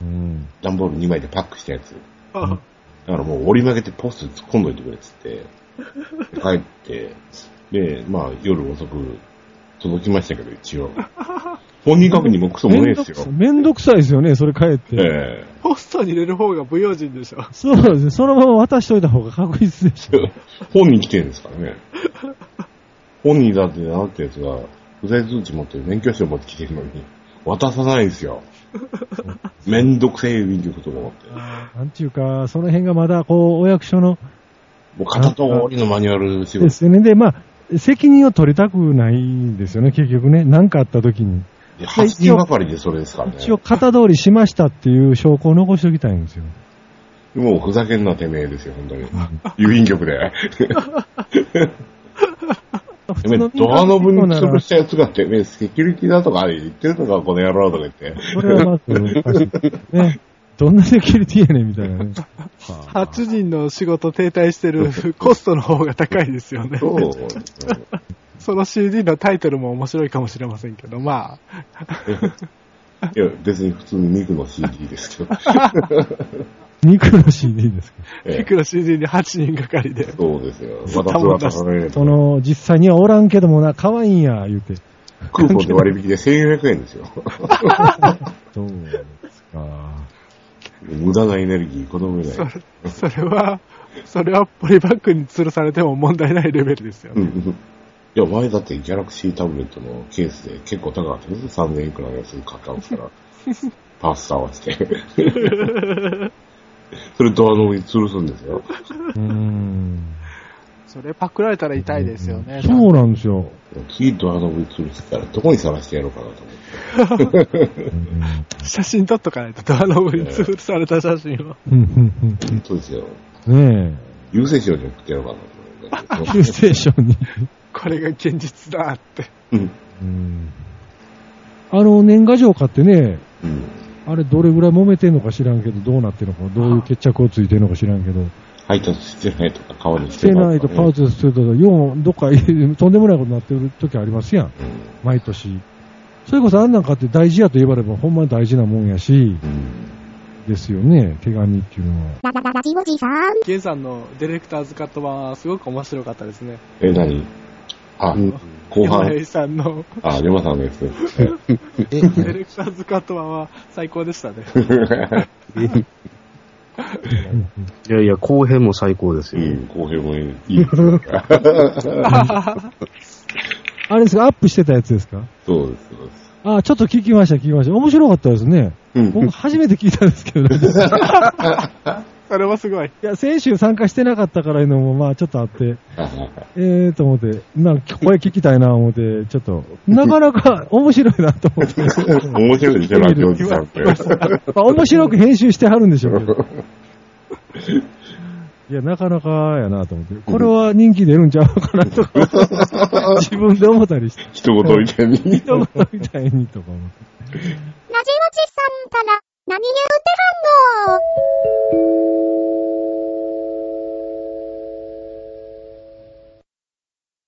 Speaker 2: うん。
Speaker 3: 段ボール2枚でパックしたやつ。
Speaker 6: あ
Speaker 3: だからもう折り曲げてポストに突っ込んどいてくれっつ って、帰って、で、まあ夜遅く届きましたけど、一応。本人確認もクソもねえですよ。
Speaker 2: めんどくさいですよね、それ帰って。
Speaker 3: え
Speaker 6: ポストに入れる方が不用心でしょ。
Speaker 2: そうですね、そのまま渡しといた方が確実でし
Speaker 3: え本人来てるんですからね。本人だってなってやつが、不在通知持ってる免許証持ってきてるのに、渡さないんですよ。めんどくせえ郵便局とか思って。
Speaker 2: ょ。 なんちゅうか、その辺がまだ、こう、お役所の、
Speaker 3: もう片通りのマニュアル仕
Speaker 2: で
Speaker 3: 事
Speaker 2: すよね。で、まあ、責任を取りたくないんですよね、結局ね。何かあった時に。
Speaker 3: で。8人がかりでそれですからね。
Speaker 2: 一応、型通りしましたっていう証拠を残しておきたいんですよ。
Speaker 3: もうふざけんなてめえですよ、本当に。郵便局で。
Speaker 2: 普
Speaker 3: てめえドアノブに潰したやつがてめえセキュリティだとかあれ言ってるのか、この野郎とか言 って。
Speaker 2: それはまずおかしいです ね。どんなセキュリティやねんみたいなね。
Speaker 6: 8人の仕事停滞してるコストの方が高いですよね。
Speaker 3: そう。
Speaker 6: その CD のタイトルも面白いかもしれませんけど、まあ、
Speaker 3: いや、別に普通にミクの CD ですけど。
Speaker 2: ミクロ CD ですか。
Speaker 3: え
Speaker 6: ピ
Speaker 3: え
Speaker 6: クロ CD に8人がかりで。
Speaker 3: そうですよ。 私は出される
Speaker 2: その、実際にはおらんけどもな、可愛いんや、言うて。
Speaker 3: クーポンで割引で1400円ですよ。
Speaker 2: そうですか。
Speaker 3: 無駄なエネルギー、子供以
Speaker 6: そ
Speaker 3: 外。
Speaker 6: れそれは、それはポリバッグに吊るされても問題ないレベルですよ
Speaker 3: う
Speaker 6: ね。
Speaker 3: んうんいや、前だってギャラクシータブレットのケースで結構高かったですよ。3000いくらのやつ買ったんです から。パスタ合わせて。それドアノブに吊るすんですよ。
Speaker 2: うん。
Speaker 6: それパクられたら痛いですよね。
Speaker 2: そうなんですよ。
Speaker 3: 次ドアノブに吊るしてたらどこに探してやろうかなと思って。
Speaker 6: 写真撮っとかないと、ドアノブに吊るされた写真を。
Speaker 2: うんうん
Speaker 3: そうですよ。
Speaker 2: うんね
Speaker 3: 郵政省に送ってやろうかなと
Speaker 2: え。
Speaker 3: 思っ
Speaker 2: 救世主に。
Speaker 6: これが現実だって。
Speaker 3: て。うん。
Speaker 2: うんあの、年賀状買ってね、
Speaker 3: うん。
Speaker 2: あれどれぐらい揉めてんのか知らんけど、どうなってんのか、どういう決着をついてんのか知らんけど、
Speaker 3: 配達してないとか、川に
Speaker 2: し
Speaker 3: してて
Speaker 2: な
Speaker 3: ないい
Speaker 2: と
Speaker 3: と
Speaker 2: パ
Speaker 3: か
Speaker 2: ウ
Speaker 3: ね。
Speaker 2: チすると、よう、どっかとんでもないことになってる時ありますやん。毎年。それこそあんなんかって大事やと言われば、ほんまに大事なもんやし、
Speaker 3: うん。うん。
Speaker 2: ですよね、手紙っていうのは。
Speaker 1: ララララジオジさん。
Speaker 6: ゲンさんのディレクターズカット版はすごく面白かったですね。
Speaker 3: え、何あ、
Speaker 4: うん
Speaker 3: 後
Speaker 6: 山
Speaker 3: 半。
Speaker 6: 平さんの
Speaker 3: あ、山さんのやつ。
Speaker 6: ディレクターズカット版は最高でしたね。
Speaker 4: いやいや、後編も最高です
Speaker 3: う
Speaker 4: よ。
Speaker 3: ん、後編もいい。
Speaker 2: あれですか、アップしてたやつですか
Speaker 3: そうです、そうです。
Speaker 2: あ、ちょっと聞きました、聞きました。面白かったですね。
Speaker 3: うん
Speaker 2: 僕、初めて聞いたんですけど、 ね、
Speaker 6: それもすごい。
Speaker 2: いや、先週参加してなかったからいうのも、まあ、ちょっとあって、
Speaker 3: あ
Speaker 2: えーと思って、なんか、これ聞きたいな、思って、ちょっと、なかなか面白いなと思 って。
Speaker 3: 面白いですね、ラジオジさんって。
Speaker 2: まあ、面白く編集してはるんでしょうけど。いや、なかなかやなと思って。これは人気出るんちゃうかな とか、自分で思ったりして。
Speaker 3: 一言みたいに。
Speaker 2: 人事みたいにとか思って。
Speaker 1: ラジオジさんから何言うてはんの